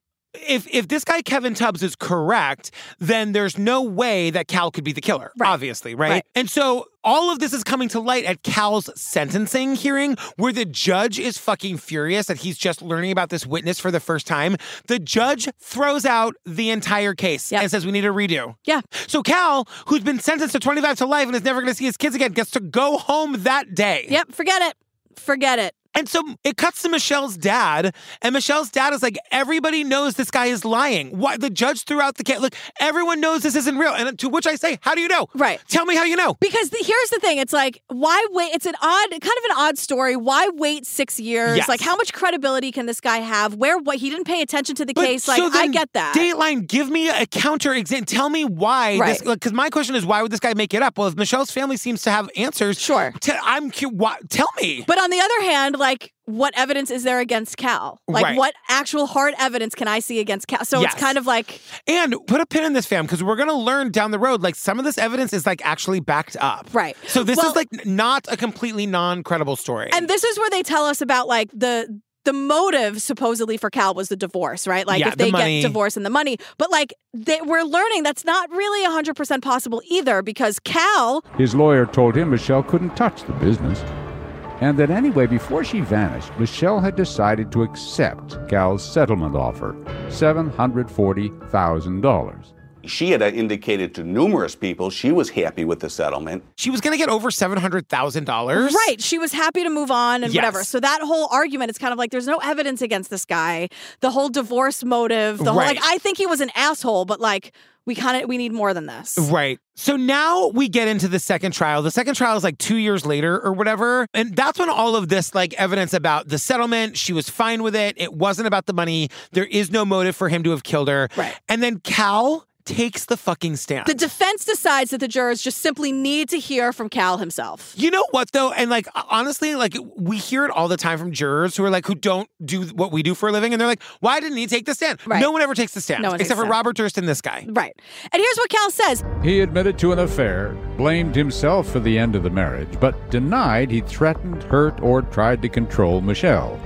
Speaker 2: If if this guy Kevin Tubbs is correct, then there's no way that Cal could be the killer, obviously, right?
Speaker 15: Right.
Speaker 2: And so all of this is coming to light at Cal's sentencing hearing, where the judge is fucking furious that he's just learning about this witness for the first time. The judge throws out the entire case and says we need a redo.
Speaker 3: Yeah.
Speaker 2: So Cal, who's been sentenced to 25 to life and is never going to see his kids again, gets to go home that day.
Speaker 3: Yep, forget it. Forget it.
Speaker 2: And so it cuts to Michelle's dad, and Michelle's dad is like, everybody knows this guy is lying. Why the judge threw out the case? Look, everyone knows this isn't real. And to which I say, how do you know?
Speaker 3: Right.
Speaker 2: Tell me how you know.
Speaker 3: Because the, here's the thing, it's like why wait? It's an odd, kind of an odd story. Why wait six years?
Speaker 2: Yes.
Speaker 3: Like, how much credibility can this guy have? Where what he didn't pay attention to the
Speaker 2: But
Speaker 3: case? Like,
Speaker 2: so
Speaker 3: I
Speaker 2: then
Speaker 3: get that.
Speaker 2: Dateline, give me a counter exam. Tell me why.
Speaker 3: Right.
Speaker 2: Because my question is, why would this guy make it up? Well, if Michelle's family seems to have answers, sure. i I'm cu- why, tell me.
Speaker 3: But on the other hand, like what evidence is there against Cal? Like,
Speaker 2: Right.
Speaker 3: what actual hard evidence can I see against Cal? So
Speaker 2: Yes.
Speaker 3: it's kind of like,
Speaker 2: And put a pin in this, fam, because we're going to learn down the road. Like some of this evidence is like actually backed up.
Speaker 3: Right.
Speaker 2: So this
Speaker 3: Well-
Speaker 2: is like n- not a completely non credible story.
Speaker 3: and this is where they tell us about like the the motive supposedly for Cal was the divorce, right? Like
Speaker 2: Yeah,
Speaker 3: if
Speaker 2: the
Speaker 3: they
Speaker 2: money.
Speaker 3: get divorced and the money, but like they, we're learning that's not really hundred percent possible either because Cal
Speaker 4: His lawyer told him Michelle couldn't touch the business, and that anyway, before she vanished, Michelle had decided to accept Cal's settlement offer $740,000.
Speaker 16: She had indicated to numerous people she was happy with the settlement.
Speaker 2: she was going to get over $700,000.
Speaker 3: Right. She was happy to move on and
Speaker 2: Yes.
Speaker 3: whatever. So that whole argument is kind of like there's no evidence against this guy. The whole divorce motive, the whole
Speaker 2: Right.
Speaker 3: like I think he was an asshole, but like we kind of we need more than this.
Speaker 2: Right. So now we get into the second trial. The second trial is like two years later or whatever. And that's when all of this like evidence about the settlement, she was fine with it. It wasn't about the money. There is no motive for him to have killed her. Right. And then Cal takes the fucking stand.
Speaker 3: The defense decides that the jurors just simply need to hear from Cal himself.
Speaker 2: You know what though, and like honestly, like we hear it all the time from jurors who are like who don't do what we do for a living, and they're like, "Why didn't he take the stand?"
Speaker 3: Right.
Speaker 2: No one ever takes the stand,
Speaker 3: No one takes
Speaker 2: except for
Speaker 3: the stand.
Speaker 2: Robert Durston, this guy.
Speaker 3: Right. And here's what Cal says.
Speaker 4: He admitted to an affair, blamed himself for the end of the marriage, but denied he threatened, hurt, or tried to control Michelle.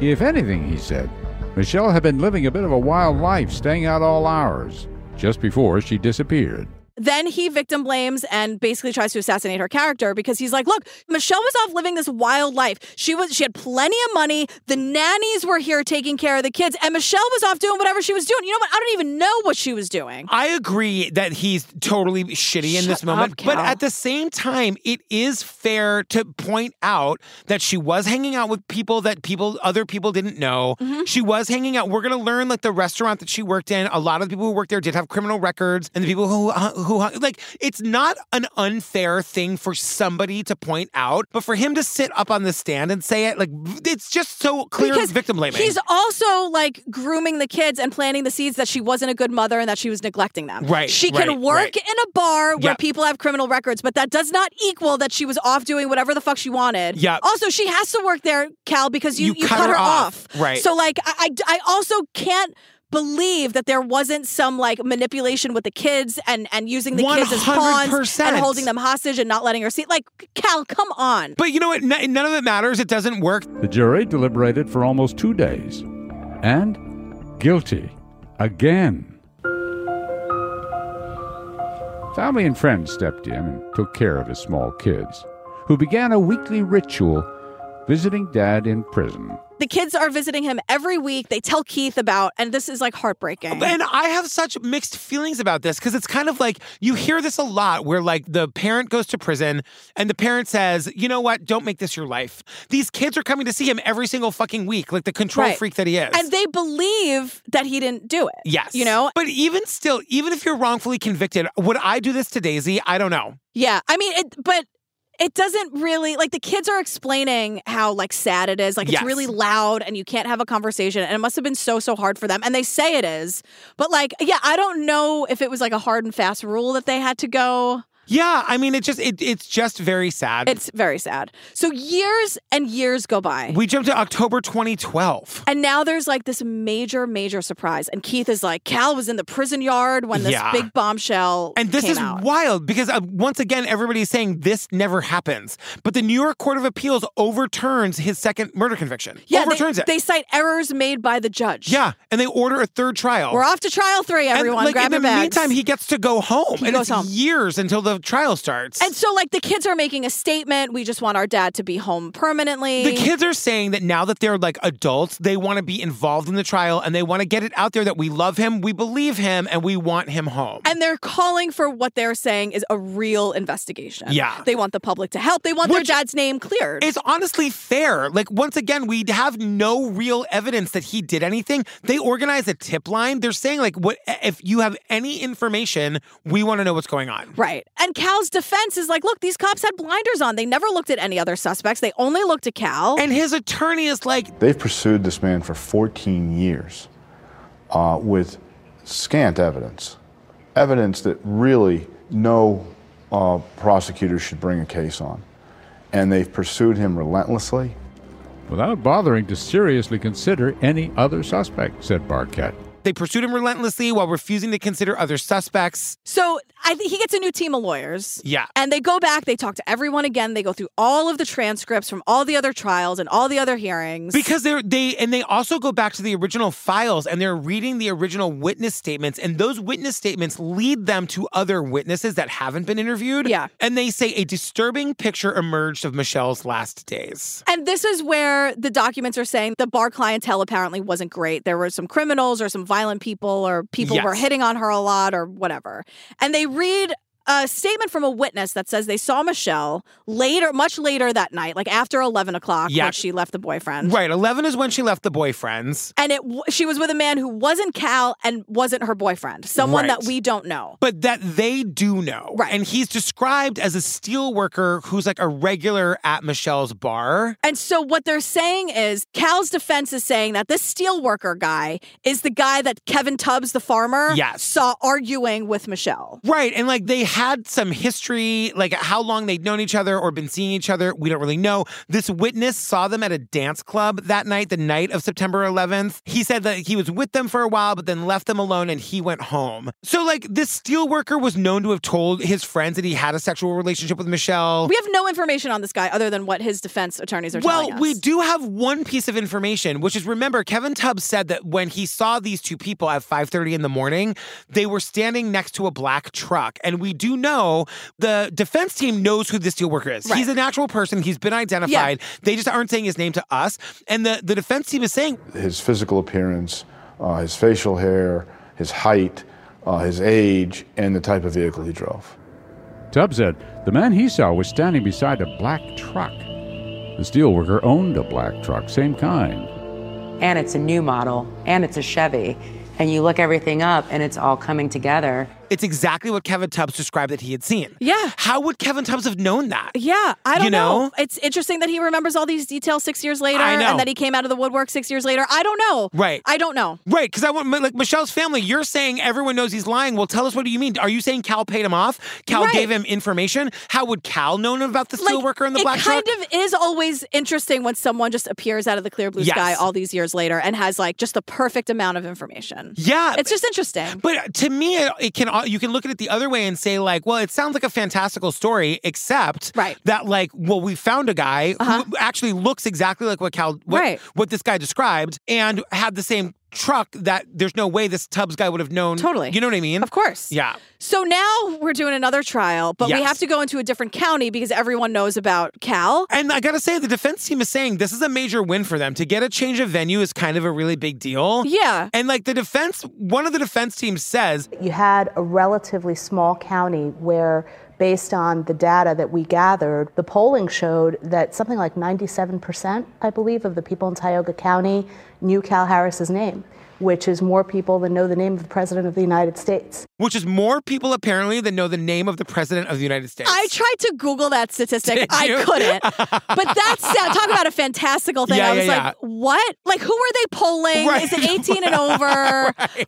Speaker 4: If anything, he said, Michelle had been living a bit of a wild life, staying out all hours, just before she disappeared.
Speaker 3: Then he victim blames and basically tries to assassinate her character because he's like, look, Michelle was off living this wild life. She was she had plenty of money. The nannies were here taking care of the kids, and Michelle was off doing whatever she was doing. You know what? I don't even know what she was doing.
Speaker 2: I agree that he's totally shitty in this
Speaker 3: Shut
Speaker 2: moment,
Speaker 3: up,
Speaker 2: but
Speaker 3: Cal.
Speaker 2: at the same time, it is fair to point out that she was hanging out with people that people other people didn't know.
Speaker 3: Mm-hmm.
Speaker 2: She was hanging out. We're gonna learn like the restaurant that she worked in. A lot of the people who worked there did have criminal records, and the people who uh, who like it's not an unfair thing for somebody to point out, but for him to sit up on the stand and say it like it's just so clear
Speaker 3: Because
Speaker 2: victim blaming.
Speaker 3: He's also like grooming the kids and planting the seeds that she wasn't a good mother and that she was neglecting them.
Speaker 2: Right,
Speaker 3: She can
Speaker 2: right,
Speaker 3: work
Speaker 2: right.
Speaker 3: in a bar where
Speaker 2: Yep.
Speaker 3: people have criminal records, but that does not equal that she was off doing whatever the fuck she wanted.
Speaker 2: Yep.
Speaker 3: Also, she has to work there, Cal, because you,
Speaker 2: You cut her off. Right.
Speaker 3: So like I I, I also can't believe that there wasn't some like manipulation with the kids and and using the kids as pawns
Speaker 2: 100%.
Speaker 3: and holding them hostage and not letting her see like Cal come on
Speaker 2: but you know what? N- none of it matters. It doesn't work.
Speaker 4: The jury deliberated for almost two days and guilty again. Family and friends stepped in and took care of his small kids, who began a weekly ritual visiting dad in prison.
Speaker 3: the kids are visiting him every week. They tell Keith about, and this is like heartbreaking.
Speaker 2: And I have such mixed feelings about this because it's kind of like you hear this a lot where, like, the parent goes to prison and the parent says, you know what, don't make this your life. These kids are coming to see him every single fucking week, like the control
Speaker 3: Right.
Speaker 2: freak that he is.
Speaker 3: And they believe that he didn't do it.
Speaker 2: yes.
Speaker 3: You know?
Speaker 2: But even still, even if you're wrongfully convicted, would I do this to Daisy? I don't know.
Speaker 3: Yeah. I mean, it, but it doesn't really, like, the kids are explaining how, like, sad it is. Like, it's
Speaker 2: Yes.
Speaker 3: really loud and you can't have a conversation. And it must have been so, so hard for them. And they say it is. But, like, yeah, I don't know if it was like a hard and fast rule that they had to go.
Speaker 2: Yeah, I mean, it just it, it's just very sad.
Speaker 3: It's very sad. So years and years go by.
Speaker 2: we jumped to October 2012.
Speaker 3: And now there's like this major, major surprise. And Keith is like, Cal was in the prison yard when this
Speaker 2: Yeah.
Speaker 3: big bombshell
Speaker 2: And this
Speaker 3: came
Speaker 2: is
Speaker 3: out.
Speaker 2: wild because uh, once again, everybody's saying this never happens. But the New York Court of Appeals overturns his second murder conviction.
Speaker 3: yeah, they,
Speaker 2: overturns it.
Speaker 3: they cite errors made by the judge.
Speaker 2: yeah, and they order a third trial.
Speaker 3: We're off to trial three, everyone.
Speaker 2: And, like,
Speaker 3: Grab
Speaker 2: in
Speaker 3: your
Speaker 2: the
Speaker 3: bags.
Speaker 2: meantime, he gets to go home.
Speaker 3: He
Speaker 2: and
Speaker 3: goes
Speaker 2: it's
Speaker 3: home.
Speaker 2: years until the trial starts.
Speaker 3: and so, like, the kids are making a statement. We just want our dad to be home permanently.
Speaker 2: the kids are saying that now that they're like adults, they want to be involved in the trial and they want to get it out there that we love him, we believe him, and we want him home.
Speaker 3: and they're calling for what they're saying is a real investigation.
Speaker 2: Yeah.
Speaker 3: They want the public to help. They want
Speaker 2: Which-
Speaker 3: their dad's name cleared.
Speaker 2: It's honestly fair. Like, once again, we have no real evidence that he did anything. They organize a tip line. They're saying, like, what if you have any information, we want to know what's going on.
Speaker 3: Right. And Cal's defense is like, look, these cops had blinders on. They never looked at any other suspects. They only looked at Cal.
Speaker 2: And his attorney is like,
Speaker 17: They've pursued this man for 14 years uh, with scant evidence, evidence that really no uh, prosecutor should bring a case on. And they've pursued him relentlessly
Speaker 4: without bothering to seriously consider any other suspect, said Barquette.
Speaker 2: They pursued him relentlessly while refusing to consider other suspects.
Speaker 3: So I think he gets a new team of lawyers.
Speaker 2: Yeah.
Speaker 3: And they go back, they talk to everyone again, they go through all of the transcripts from all the other trials and all the other hearings.
Speaker 2: Because they're they and they also go back to the original files and they're reading the original witness statements, and those witness statements lead them to other witnesses that haven't been interviewed. Yeah. And they say a disturbing picture emerged of Michelle's last days.
Speaker 3: And this is where the documents are saying the bar clientele apparently wasn't great. There were some criminals or some violent people or people were
Speaker 18: Yes.
Speaker 3: hitting on her a lot or whatever. And they read a statement from a witness that says they saw Michelle later, much later that night, like after 11 o'clock
Speaker 2: Yeah.
Speaker 3: when she left the boyfriend.
Speaker 2: Right. Eleven is when she left the boyfriends.
Speaker 3: And it w- she was with a man who wasn't Cal and wasn't her boyfriend, someone
Speaker 2: Right.
Speaker 3: that we don't know.
Speaker 2: But that they do know. Right. And he's described as a steel worker who's like a regular at Michelle's bar.
Speaker 3: And so what they're saying is Cal's defense is saying that this steel worker guy is the guy that Kevin Tubbs, the farmer,
Speaker 2: Yes.
Speaker 3: saw arguing with Michelle.
Speaker 2: Right. And like they had some history, like how long they'd known each other or been seeing each other. We don't really know. This witness saw them at a dance club that night, the night of September 11th. He said that he was with them for a while, but then left them alone and he went home. So, like, this steel worker was known to have told his friends that he had a sexual relationship with Michelle.
Speaker 3: We have no information on this guy other than what his defense attorneys are
Speaker 2: Well,
Speaker 3: telling us.
Speaker 2: we do have one piece of information, which is remember Kevin Tubbs said that when he saw these two people at 5:30 in the morning, they were standing next to a black truck, and we do know the defense team knows who this steel worker is. He's an actual person. He's been identified. They just aren't saying his name to us, and the the defense team is saying
Speaker 17: his physical appearance, uh, his facial hair, his height, uh, his age, and the type of vehicle he drove.
Speaker 4: Tubbs said the man he saw was standing beside a black truck. The steelworker owned a black truck, same kind.
Speaker 18: and it's a new model and it's a Chevy. And you look everything up and it's all coming together.
Speaker 2: it's exactly what Kevin Tubbs described that he had seen.
Speaker 3: Yeah.
Speaker 2: How would Kevin Tubbs have known that?
Speaker 3: yeah, I don't
Speaker 2: You know?
Speaker 3: It's interesting that he remembers all these details six years later
Speaker 2: I know.
Speaker 3: and that he came out of the woodwork six years later. I don't know.
Speaker 2: Right.
Speaker 3: I don't know.
Speaker 2: Right, because I want like Michelle's family. You're saying everyone knows he's lying. Well, tell us what do you mean? Are you saying Cal paid him off? Cal
Speaker 3: Right.
Speaker 2: gave him information. How would Cal known about the steelworker worker in the
Speaker 3: it
Speaker 2: black
Speaker 3: kind
Speaker 2: truck?
Speaker 3: of is always interesting when someone just appears out of the clear blue
Speaker 2: Yes.
Speaker 3: sky all these years later and has like just the perfect amount of information.
Speaker 2: Yeah,
Speaker 3: It's just interesting.
Speaker 2: But uh, to me, it, it can al- you can look at it the other way and say like, well, it sounds like a fantastical story, except that like, well, we found a guy
Speaker 3: Uh-huh.
Speaker 2: who actually looks exactly like what Cal, what, what this guy described, and had the same truck. That there's no way this Tubbs guy would have known. Totally, you know what I mean? Of
Speaker 3: course.
Speaker 2: Yeah.
Speaker 3: So now we're doing another trial, but we
Speaker 2: Yes.
Speaker 3: have to go into a different county because everyone knows about Cal.
Speaker 2: And I gotta say, the defense team is saying this is a major win for them. To get a change of venue is kind of a really big deal.
Speaker 3: Yeah.
Speaker 2: And like the defense, one of the defense teams says,
Speaker 19: You had a relatively small county where, based on the data that we gathered, the polling showed that something like 97%, I believe, of the people in Tioga County knew Cal Harris's name, which is more people than know the name of the President of the United States.
Speaker 2: which is more people apparently than know the name of the president of the United States.
Speaker 3: I tried to Google that statistic.
Speaker 2: Did
Speaker 3: I
Speaker 2: you?
Speaker 3: couldn't. But that's sad. Talk about a fantastical thing.
Speaker 2: Yeah,
Speaker 3: I was
Speaker 2: yeah, yeah.
Speaker 3: like, what? Like, who are they polling?
Speaker 2: Right.
Speaker 3: Is it 18 and over?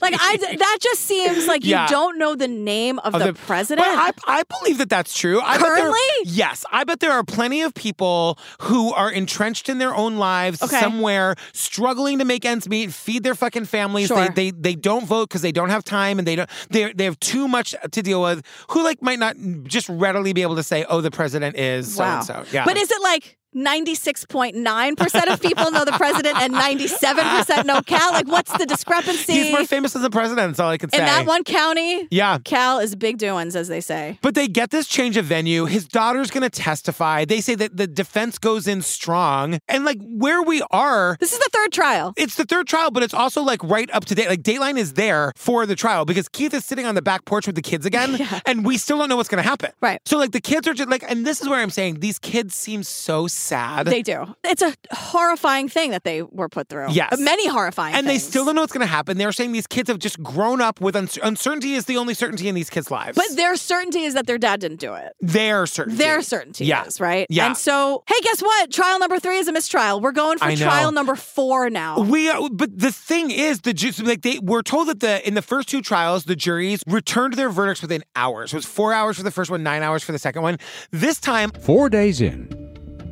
Speaker 3: Like, I, that just seems like
Speaker 2: Yeah.
Speaker 3: you don't know the name of, the, president.
Speaker 2: But I, I believe that that's true. I bet there-
Speaker 3: Currently?
Speaker 2: yes. I bet there are plenty of people who are entrenched in their own lives
Speaker 3: Okay.
Speaker 2: somewhere, struggling to make ends meet, feed their fucking families.
Speaker 3: Sure.
Speaker 2: They, they they don't vote because they don't have time and they don't they they have too much to deal with. Who like might not just readily be able to say, oh, the president is so and so. Yeah.
Speaker 3: But is it like 96.9% of people know the president and 97% know Cal? Like, what's the discrepancy?
Speaker 2: He's more famous than the president. That's all I can say.
Speaker 3: In that one county,
Speaker 2: Yeah.
Speaker 3: Cal is big doings, as they say.
Speaker 2: But they get this change of venue. His daughter's going to testify. They say that the defense goes in strong. And like where we are.
Speaker 3: This is the third trial.
Speaker 2: It's the third trial, but it's also like right up to date. Like Dateline is there for the trial because Keith is sitting on the back porch with the kids again. And we still don't know what's going to happen.
Speaker 3: Right.
Speaker 2: So like the kids are just like, and this is where I'm saying these kids seem so sad.
Speaker 3: They do. It's a horrifying thing that they were put through. Uh,
Speaker 2: Yes.
Speaker 3: Many horrifying
Speaker 2: And they
Speaker 3: things.
Speaker 2: still don't know what's going to happen. They're saying these kids have just grown up with uncer- uncertainty is the only certainty in these kids' lives.
Speaker 3: But their certainty is that their dad didn't do it.
Speaker 2: their certainty.
Speaker 3: Their certainty
Speaker 2: Yeah.
Speaker 3: is, right?
Speaker 2: Yeah.
Speaker 3: And so, hey, guess what? Trial number three is a mistrial. We're going for
Speaker 2: I know.
Speaker 3: trial number four now.
Speaker 2: We are, but the thing is, the ju- like they were told that the in the first two trials, the juries returned their verdicts within hours. So it was four hours for the first one, nine hours for the second one. This time,
Speaker 4: Four days in,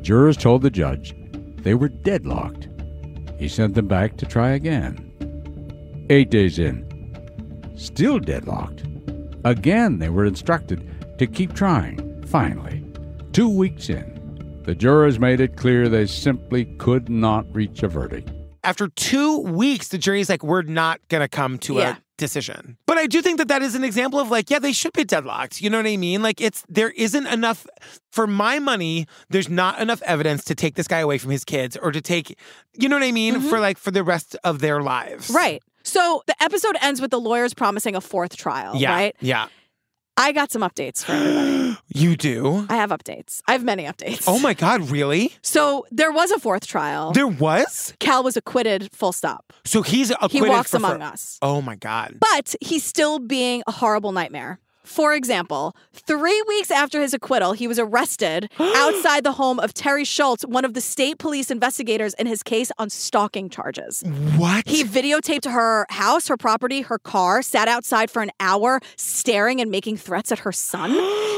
Speaker 4: jurors told the judge They were deadlocked. He sent them back to try again. Eight days in, still deadlocked. Again, they were instructed to keep trying. Finally, two weeks in, the jurors made it clear they simply could not reach a verdict.
Speaker 2: After two weeks, the jury's like, we're not going to come to
Speaker 4: Yeah.
Speaker 2: a decision. But I do think that that is an example of like, yeah, they should be deadlocked. You know what I mean? Like, it's there isn't enough, for my money, there's not enough evidence to take this guy away from his kids or to take, you know what I mean? For like, for the rest of their lives.
Speaker 3: Mm-hmm. Right. So the episode ends with the lawyers promising a fourth trial,
Speaker 2: Yeah.
Speaker 3: right?
Speaker 2: Yeah.
Speaker 3: I got some updates for everybody.
Speaker 2: You do?
Speaker 3: I have updates. I have many updates.
Speaker 2: Oh my God, really?
Speaker 3: So there was a fourth trial.
Speaker 2: There was?
Speaker 3: Cal was acquitted, full stop.
Speaker 2: So he's acquitted
Speaker 3: walks
Speaker 2: for-
Speaker 3: among
Speaker 2: for-
Speaker 3: us.
Speaker 2: Oh my God.
Speaker 3: But he's still being a horrible nightmare. For example, three weeks after his acquittal, he was arrested outside the home of Terry Schultz, one of the state police investigators in his case on stalking charges.
Speaker 2: What?
Speaker 3: He videotaped her house, her property, her car, sat outside for an hour staring and making threats at her son.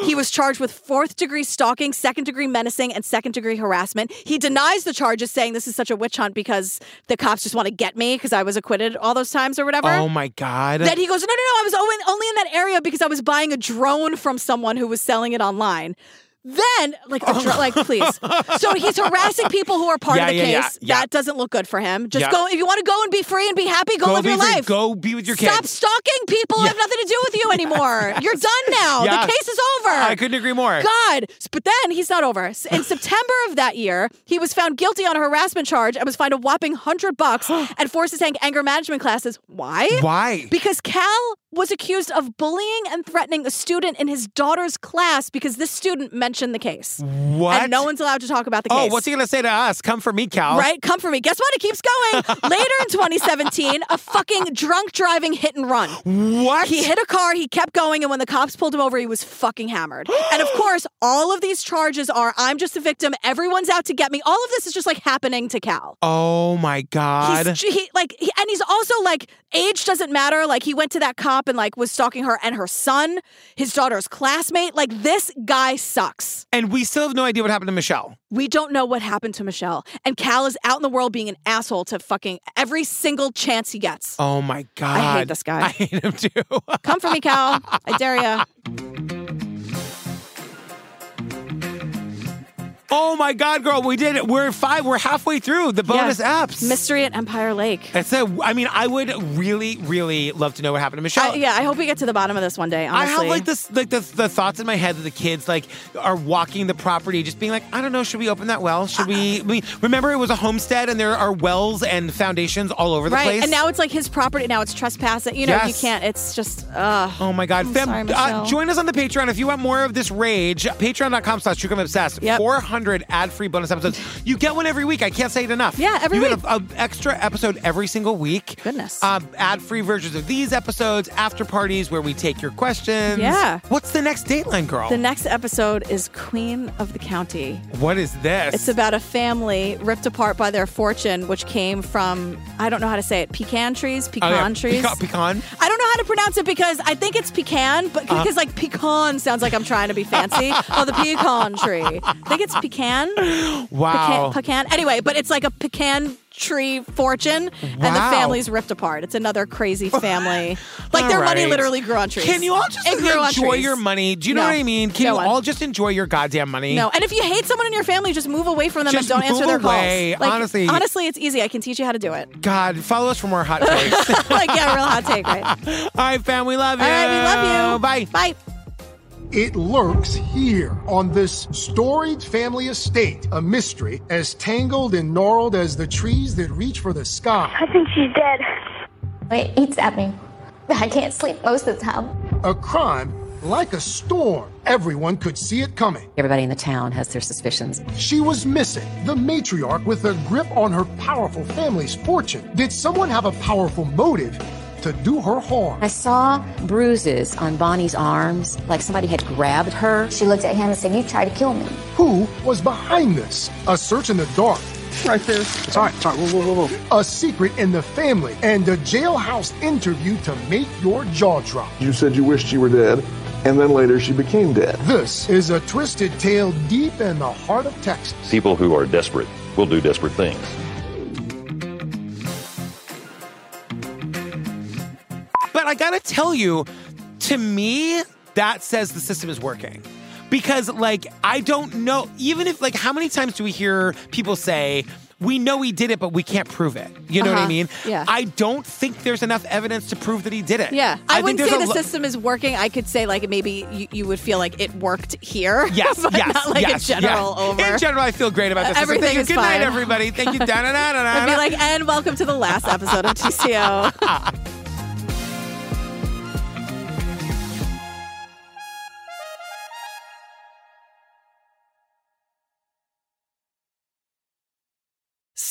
Speaker 3: he was charged with fourth degree stalking, second degree menacing, and second degree harassment. He denies the charges, saying this is such a witch hunt because the cops just want to get me because I was acquitted all those times or whatever.
Speaker 2: Oh my God.
Speaker 3: Then he goes, No, no, no, I was only, only in that area because I was buying a drone from someone who was selling it online. Then, like, the dr- like, please. So he's harassing people who are part
Speaker 2: Oh, Yeah,
Speaker 3: of the
Speaker 2: yeah,
Speaker 3: case.
Speaker 2: yeah, yeah.
Speaker 3: That doesn't look good for him. Just
Speaker 2: Yeah.
Speaker 3: go if you want to go and be free and be happy. Go,
Speaker 2: Go
Speaker 3: live
Speaker 2: be
Speaker 3: your
Speaker 2: free.
Speaker 3: life.
Speaker 2: Go be with your
Speaker 3: Stop
Speaker 2: kids.
Speaker 3: stalking people. who Have nothing to do with you anymore. You're done now.
Speaker 2: Yes.
Speaker 3: The case is over.
Speaker 2: I couldn't agree more.
Speaker 3: God. S- But then he's not over. S- In September of that year, he was found guilty on a harassment charge and was fined a whopping hundred bucks and forced to take anger management classes. Why?
Speaker 2: Why?
Speaker 3: Because Cal was accused of bullying and threatening a student in his daughter's class because this student mentioned the case.
Speaker 2: What?
Speaker 3: And no one's allowed to talk about the
Speaker 2: Oh,
Speaker 3: case.
Speaker 2: what's he going to say to us? Come for me, Cal.
Speaker 3: Right? Come for me. Guess what? It keeps going. Later in 2017, a fucking drunk driving hit and run.
Speaker 2: What?
Speaker 3: He hit a car, he kept going, and when the cops pulled him over, he was fucking hammered. and of course, all of these charges are I'm just a victim, everyone's out to get me. All of this is just like happening to Cal.
Speaker 2: Oh my God.
Speaker 3: He's, he like he, and he's also like age doesn't matter. Like he went to that cop and like was stalking her and her son, his daughter's classmate. Like this guy sucks.
Speaker 2: and we still have no idea what happened to Michelle.
Speaker 3: We don't know what happened to Michelle. And Cal is out in the world being an asshole to fucking every single chance he gets.
Speaker 2: Oh my God.
Speaker 3: I hate this guy.
Speaker 2: I hate him too.
Speaker 3: Come for me, Cal. I dare you.
Speaker 2: Oh my God, girl, we did it. We're five. We're halfway through the bonus apps.
Speaker 3: Mystery at Empire Lake.
Speaker 2: That's a, I mean, I would really, really love to know what happened to Michelle.
Speaker 3: I- yeah, I hope we get to the bottom of this one day.
Speaker 2: I
Speaker 3: Honestly,
Speaker 2: have like this, like the, the thoughts in my head that the kids like are walking the property, just being like, I don't know, should we open that well? Should
Speaker 3: Uh,
Speaker 2: we? I mean, remember it was a homestead, and there are wells and foundations all over the
Speaker 3: right?
Speaker 2: place.
Speaker 3: And now it's like his property. Now it's trespassing. You know, you
Speaker 2: Yes.
Speaker 3: can't. It's just. Uh,
Speaker 2: Oh my God. Fem,
Speaker 3: sorry,
Speaker 2: uh,
Speaker 3: Michelle.
Speaker 2: join us on the Patreon if you want more of this rage. Patreon.com slash True Crime Obsessed. 400 ad free bonus episodes. You get one every week. I can't say it enough. Yeah, every you get an extra episode every single week.
Speaker 3: Goodness.
Speaker 2: ad free versions of these episodes, after parties where we take your questions.
Speaker 3: Yeah.
Speaker 2: What's the next Dateline Girl?
Speaker 3: The next episode is Queen of the County.
Speaker 2: What is this?
Speaker 3: It's about a family ripped apart by their fortune, which came from I don't know how to say it, pecan trees,
Speaker 2: Oh,
Speaker 3: pecan
Speaker 2: yeah.
Speaker 3: trees.
Speaker 2: Pecan. pecan.
Speaker 3: I don't know how to pronounce it because I think it's pecan, but
Speaker 2: Uh-huh.
Speaker 3: because like pecan sounds like I'm trying to be fancy. oh, the pecan tree. I think it's pecan.
Speaker 2: Wow.
Speaker 3: Pecan, pecan. Anyway, but it's like a pecan tree fortune, and the
Speaker 2: Wow.
Speaker 3: family's ripped apart. It's another crazy family. like
Speaker 2: All
Speaker 3: their money
Speaker 2: right.
Speaker 3: literally grew on trees.
Speaker 2: Can you all just
Speaker 3: It grew on
Speaker 2: enjoy
Speaker 3: trees.
Speaker 2: your money? Do you know
Speaker 3: No.
Speaker 2: what I mean? Can
Speaker 3: No
Speaker 2: you
Speaker 3: one.
Speaker 2: all just enjoy your goddamn money?
Speaker 3: No, and if you hate someone in your family, just move away from them
Speaker 2: Just
Speaker 3: and don't answer
Speaker 2: move
Speaker 3: their
Speaker 2: away.
Speaker 3: calls. Like,
Speaker 2: Honestly.
Speaker 3: honestly, it's easy. I can teach you how to do it.
Speaker 2: God, follow us for more hot takes.
Speaker 3: like, yeah, real hot take, right?
Speaker 2: all right, fam, we love you.
Speaker 3: All right, we love you.
Speaker 2: Bye.
Speaker 3: Bye.
Speaker 7: It lurks here on this storied family estate, a mystery as tangled and gnarled as the trees that reach for the sky.
Speaker 8: I think she's dead. It eats at me. I can't sleep most of the time.
Speaker 7: A crime like a storm. Everyone could see it coming.
Speaker 20: Everybody in the town has their suspicions.
Speaker 7: She was missing. The matriarch with a grip on her powerful family's fortune. Did someone have a powerful motive to do her harm?
Speaker 20: I saw bruises on Bonnie's arms, like somebody had grabbed her. She looked at him and said, You tried to kill me.
Speaker 7: Who was behind this? A search in the dark. Right there. It's all right. It's all right. Whoa, whoa, whoa, whoa. A secret in the family and a jailhouse interview to make your jaw drop.
Speaker 21: You said you wished you were dead, and then later she became dead.
Speaker 7: This is a twisted tale deep in the heart of Texas.
Speaker 1: People who are desperate
Speaker 22: will do desperate things.
Speaker 2: But I gotta tell you, to me, that says the system is working. Because, like, I don't know, even if, like, how many times do we hear people say, we know he did it, but we can't prove it? You know what I
Speaker 3: Uh-huh.
Speaker 2: mean?
Speaker 3: Yeah.
Speaker 2: I don't think there's enough evidence to prove that he did it.
Speaker 3: Yeah, I,
Speaker 2: think
Speaker 3: wouldn't
Speaker 2: there's
Speaker 3: say
Speaker 2: a
Speaker 3: the
Speaker 2: lo-
Speaker 3: system is working. I could say like maybe you, you would feel like it worked here.
Speaker 2: Yes,
Speaker 3: but
Speaker 2: yes,
Speaker 3: not like
Speaker 2: yes,
Speaker 3: a general
Speaker 2: yes.
Speaker 3: over.
Speaker 2: In general, I feel great about this. system.
Speaker 3: Everything
Speaker 2: Thank you.
Speaker 3: is
Speaker 2: Good
Speaker 3: fine.
Speaker 2: night, everybody. Thank you. Da da da da
Speaker 3: I'd
Speaker 2: da.
Speaker 3: be like, and welcome to the last episode of TCO.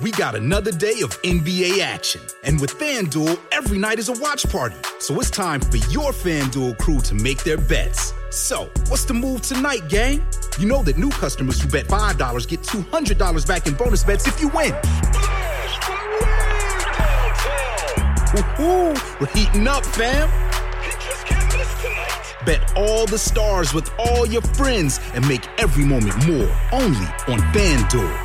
Speaker 6: We got another day of NBA action. And with FanDuel, every night is a watch party. So it's time for your FanDuel crew to make their bets. So, what's the move tonight, gang? You know that new customers who bet $5 get $200 back in bonus bets if you win. Woohoo! We're heating up, fam! Bet all the stars with all your friends and make every moment more only on FanDuel.